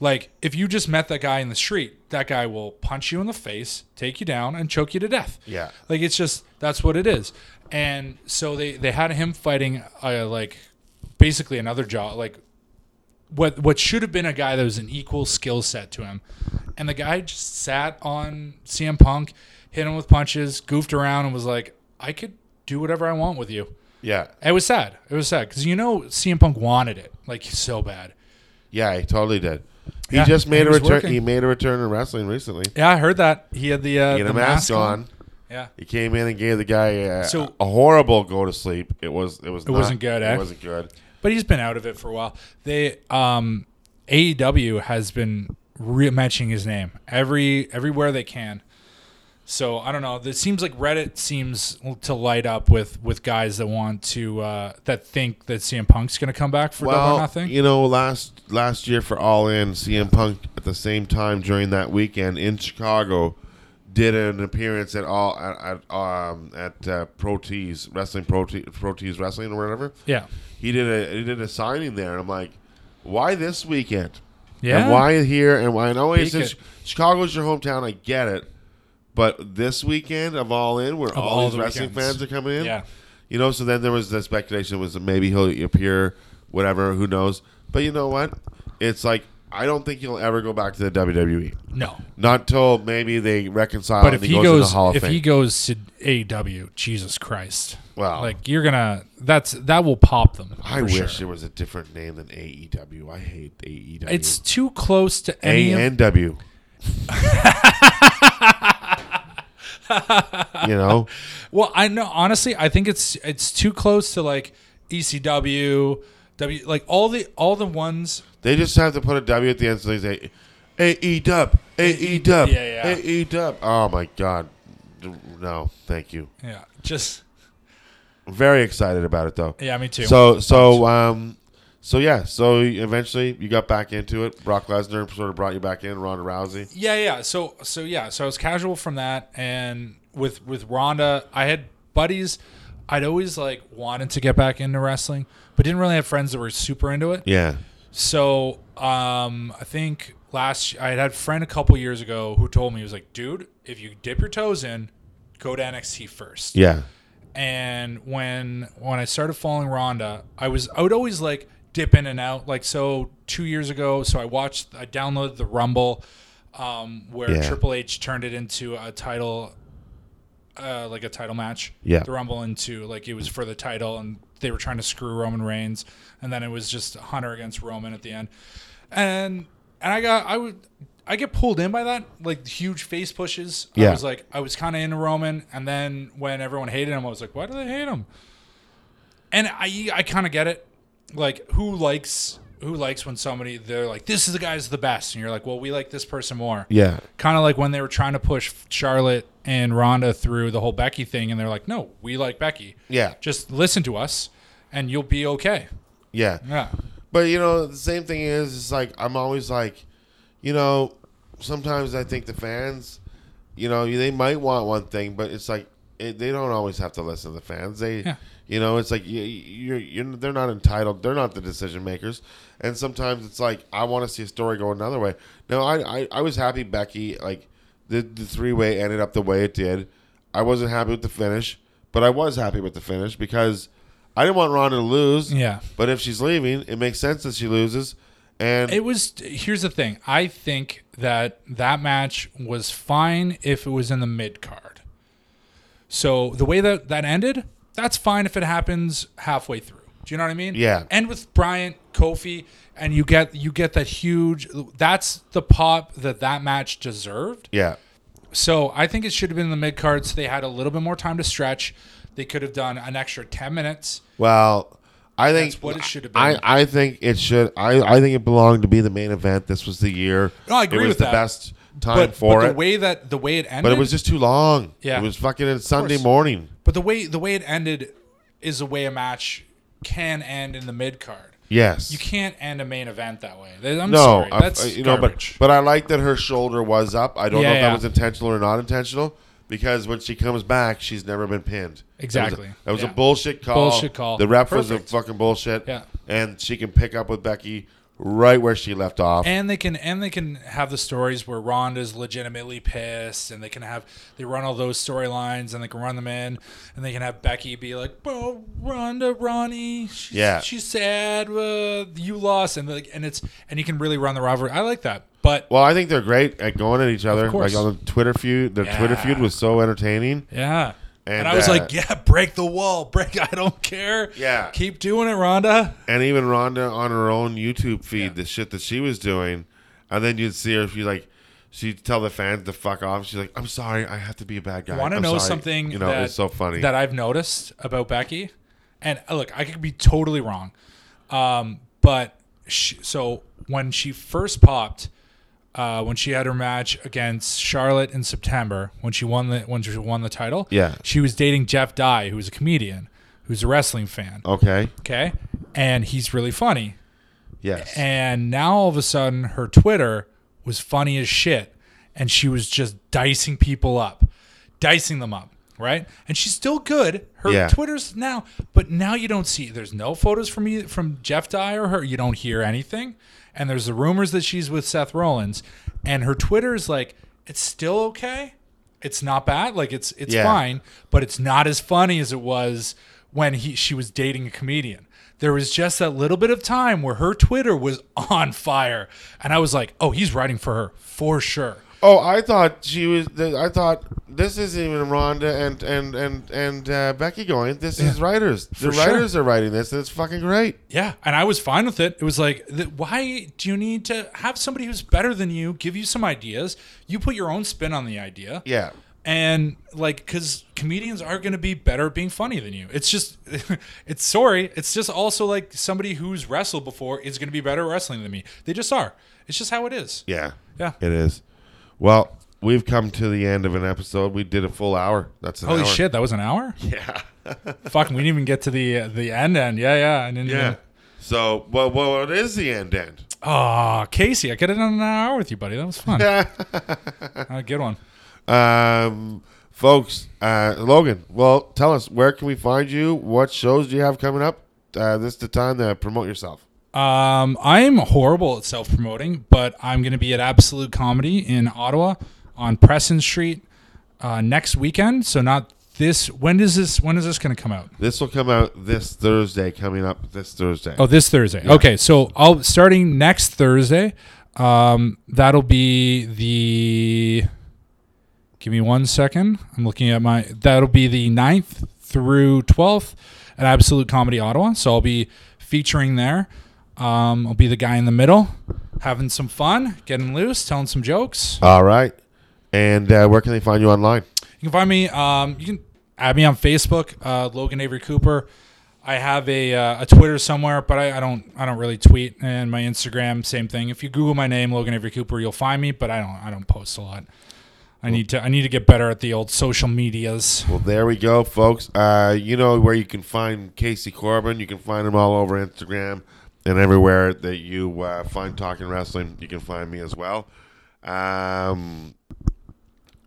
B: Like if you just met that guy in the street, that guy will punch you in the face, take you down and choke you to death.
A: Yeah.
B: Like it's just that's what it is. And so they they had him fighting uh, like basically another jaw like what what should have been a guy that was an equal skill set to him, and the guy just sat on CM Punk, hit him with punches, goofed around, and was like, I could do whatever I want with you.
A: Yeah,
B: It was sad. It was sad because you know CM Punk wanted it like so bad.
A: yeah, he totally did. He
B: Yeah,
A: just made
B: he
A: a
B: was
A: return.
B: working.
A: He made a return in wrestling recently.
B: Yeah, I heard that he had the uh,
A: He had
B: the
A: a mask on.
B: Yeah,
A: He came in and gave the guy a,
B: So-
A: a horrible go to sleep. It was it was it
B: wasn't good, eh?
A: It wasn't good.
B: but he's been out of it for a while. They um, AEW has been re- mentioning his name every everywhere they can. So I don't know. It seems like Reddit seems to light up with with guys that want to uh, that think that CM Punk's going to come back for Double or
A: Well,
B: Nothing.
A: you know, last last year for All In, CM Punk at the same time during that weekend in Chicago did an appearance at all at, at um at uh, Pro Tees Wrestling Pro Te- Pro Tees Wrestling or whatever.
B: Yeah,
A: He did a he did a signing there, and I'm like, why this weekend?
B: yeah.
A: And why here? And why? And always
B: Peak
A: since
B: it.
A: Chicago's your hometown, I get it. But this weekend of All In, where all,
B: all
A: these
B: the
A: wrestling
B: weekends.
A: fans are coming in,
B: Yeah.
A: you know. So then there was the speculation was that maybe he'll appear, whatever, who knows? But you know what? It's like I don't think he'll ever go back to the WWE.
B: No,
A: Not till maybe they reconcile.
B: but
A: and
B: if he
A: to the
B: goes,
A: Hall of
B: if
A: Fame.
B: he goes to AEW, Jesus Christ!
A: Wow.
B: like you're gonna that's that will pop them.
A: I
B: for
A: wish
B: sure.
A: there was a different name than AEW. I hate E AEW.
B: It's too close to any.
A: A
B: of-
A: N W. you know,
B: well, I know honestly, I think it's it's too close to like ECW, W, like all the all the ones.
A: they just have to put a W at the end so they say A E dub, A E dub,
B: Yeah, yeah.
A: A E dub. Oh my god, no, thank you.
B: Yeah, just
A: Very excited about it though.
B: yeah, me too.
A: So so um so yeah so eventually you got back into it. Brock Lesnar sort of brought you back in. Ronda Rousey.
B: Yeah, yeah. So so yeah. So I was casual from that, and with with Rhonda, I had buddies. I'd always like wanted to get back into wrestling, but didn't really have friends that were super into it.
A: Yeah.
B: So um, I think last I had had a friend a couple years ago who told me he was like, dude, if you dip your toes in, go to NXT first.
A: Yeah.
B: And when when I started following Rhonda, I was I would always like dip in and out. Like so, two years ago, so I watched I downloaded the Rumble, um, where
A: Yeah.
B: Triple H turned it into a title, uh, like a title match.
A: Yeah.
B: the Rumble into like it was for the title, and they were trying to screw Roman Reigns, and then it was just Hunter against Roman at the end, and and I got I would. I get pulled in by that, like huge face pushes. I
A: Yeah.
B: was like, I was kind of into Roman, and then when everyone hated him, I was like, why do they hate him? and I I kind of get it. Like who likes who likes when somebody they're like this is the guy's the best, and you're like, well, we like this person more.
A: Yeah.
B: Kind of like when they were trying to push Charlotte and Rhonda through the whole Becky thing, and they're like, no, we like Becky.
A: Yeah.
B: Just listen to us, and you'll be okay.
A: Yeah.
B: Yeah.
A: But you know, the same thing is, it's like I'm always like, you know, sometimes I think the fans, you know, they might want one thing, but it's like it, they don't always have to listen to the fans. They,
B: Yeah.
A: you know, it's like you, you're, you're, they're not entitled. They're not the decision makers. And sometimes it's like I want to see a story go another way. Now, I, I, I was happy Becky like the the three way ended up the way it did. I wasn't happy with the finish, but I was happy with the finish because. I didn't want Ronda to lose.
B: Yeah.
A: But if she's leaving, it makes sense that she loses. And
B: It was. Here's the thing. I think that that match was fine if it was in the mid card. So the way that that ended, that's fine if it happens halfway through. Do you know what I mean?
A: Yeah.
B: End with Bryant, Kofi, and you get you get that huge. That's the pop that that match deserved.
A: yeah,
B: So I think it should have been in the mid card. So they had a little bit more time to stretch. They could have done an extra ten minutes.
A: well, I think
B: That's what it should have been.
A: I, I think it should. I, I think it belonged to be the main event. This was the year.
B: No, I agree
A: It was
B: with
A: the
B: that.
A: best time
B: but,
A: for
B: but
A: it.
B: the way that the way it ended,
A: but it was just too long.
B: Yeah.
A: it was fucking a Sunday
B: course.
A: morning.
B: But the way the way it ended is the way a match can end in the mid card.
A: Yes,
B: You can't end a main event that way. That- I'm
A: no,
B: sorry.
A: I-
B: That's
A: I- you know, but
B: garbage.
A: but I like that her shoulder was up. I don't know
B: Yeah,
A: if that
B: yeah.
A: was intentional or not intentional because when she comes back, she's never been pinned.
B: Exactly.
A: That was, a, that was
B: Yeah.
A: a bullshit call.
B: Bullshit call.
A: The ref was a
B: Perfect.
A: fucking bullshit.
B: Yeah.
A: and she can pick up with Becky right where she left off.
B: and they can and they can have the stories where Ronda's legitimately pissed, and they can have they run all those storylines, and they can run them in, and they can have Becky be like, "Oh, Ronda, Ronnie, she's,
A: Yeah.
B: she's sad. Uh, you lost," and like, and it's and you can really run the rivalry. I like that, but
A: well, I think they're great at going at each other.
B: course.
A: Like on the Twitter feud, their Twitter
B: Yeah.
A: feud was so entertaining.
B: yeah,
A: And,
B: And I was
A: uh,
B: like, yeah, break the wall, break. I don't care.
A: Yeah.
B: keep doing it, Rhonda.
A: and even Rhonda on her own YouTube feed, the shit that she was doing, and then you'd see her. She like, she'd tell the fans to fuck off. She's like, "I'm sorry, I have to be a bad guy."
B: Want to
A: I'm
B: know
A: sorry."
B: something?
A: You know,
B: that,
A: it's so funny.
B: that I've noticed about Becky. And uh, look, I could be totally wrong, um, but she, so when she first popped, uh, when she had her match against Charlotte in September, when she won the when she won the title,
A: Yeah.
B: she was dating Jeff Dye, who's a comedian, who's a wrestling fan.
A: okay.
B: Okay, and he's really funny.
A: Yes.
B: And now all of a sudden, her Twitter was funny as shit, and she was just dicing people up, dicing them up, right? And she's still good. Her
A: Yeah.
B: Twitter's now, but now you don't see. There's no photos from you from Jeff Dye or her. You don't hear anything. And there's the rumors that she's with Seth Rollins, and her Twitter is like, it's still okay. It's not bad. Like it's it's
A: Yeah.
B: fine, but it's not as funny as it was when he she was dating a comedian. There was just that little bit of time where her Twitter was on fire, and I was like, "Oh, he's writing for her for sure."
A: oh, I thought she was. th- I thought this isn't even Rhonda and and and and uh, Becky going. This is writers. The
B: For sure.
A: writers are writing this, and it's fucking great.
B: Yeah, and I was fine with it. It was like, th- why do you need to have somebody who's better than you give you some ideas? You put your own spin on the idea.
A: Yeah.
B: and like because comedians are going to be better at being funny than you it's just it's sorry it's just also like somebody who's wrestled before is going to be better at wrestling than me they just are it's just how it is
A: Yeah.
B: yeah
A: It is. Well, we've come to the end of an episode. We did a full hour. That's an
B: holy
A: hour.
B: shit that was an hour
A: Yeah.
B: fuck we didn't even get to the uh, the end end yeah yeah and then
A: Yeah. So, well, well, it is the end end.
B: oh casey i could have done an hour with you buddy that was fun uh, good one
A: Um, folks, uh, Logan, well, tell us where can we find you? What shows do you have coming up? Uh, this is the time to promote yourself.
B: Um, I'm horrible at self promoting, but I'm going to be at Absolute Comedy in Ottawa on Preston Street uh, next weekend. So not this. When is this? When is this going to come out?
A: This will come out this Thursday. Coming up this Thursday.
B: Oh, this Thursday. Okay, so I'll starting next Thursday. Um, that'll be the. Give me one second. I'm looking at my. That'll be the 9th through twelfth at Absolute Comedy Ottawa. So I'll be featuring there. Um, I'll be the guy in the middle, having some fun, getting loose, telling some jokes.
A: All right. And uh, where can they find you online?
B: You can find me. Um, you can add me on Facebook, uh, Logan Avery Cooper. I have a, uh, a Twitter somewhere, but I, I don't I don't really tweet. And my Instagram, same thing. If you Google my name, Logan Avery Cooper, you'll find me. But I don't I don't post a lot. I need to I need to get better at the old social medias.
A: Well, there we go, folks. Uh, you know where you can find Casey Corbin. You can find him all over Instagram and everywhere that you uh, find Talking Wrestling. You can find me as well. Um,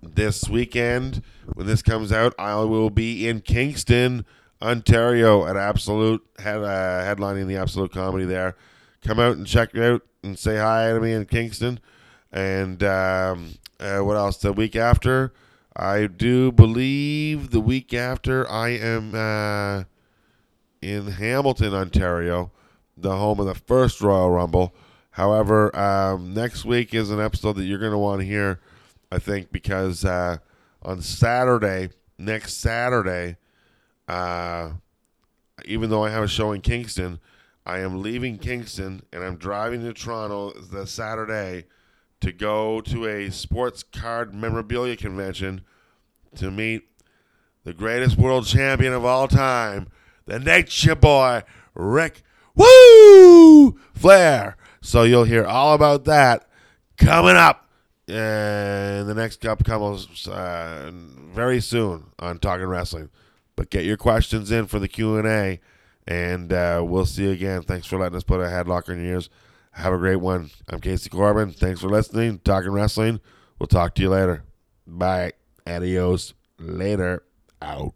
A: this weekend, when this comes out, I will be in Kingston, Ontario, at Absolute, head, uh, headlining the Absolute Comedy there. Come out and check it out and say hi to me in Kingston. And um, uh, what else? The week after, I do believe the week after I am uh, in Hamilton, Ontario, the home of the first Royal Rumble. However, um, next week is an episode that you're going to want to hear, I think, because uh, on Saturday, next Saturday, uh, even though I have a show in Kingston, I am leaving Kingston and I'm driving to Toronto the Saturday to go to a sports card memorabilia convention to meet the greatest world champion of all time, the Nature Boy, Rick Woo Flair. So you'll hear all about that coming up in the next upcoming uh, very soon on Talking Wrestling. But get your questions in for the Q and A, and uh, we'll see you again. Thanks for letting us put a headlock on your ears. Have a great one. I'm Casey Corbin. Thanks for listening. Talking Wrestling. We'll talk to you later. Bye. Adios. Later. Out.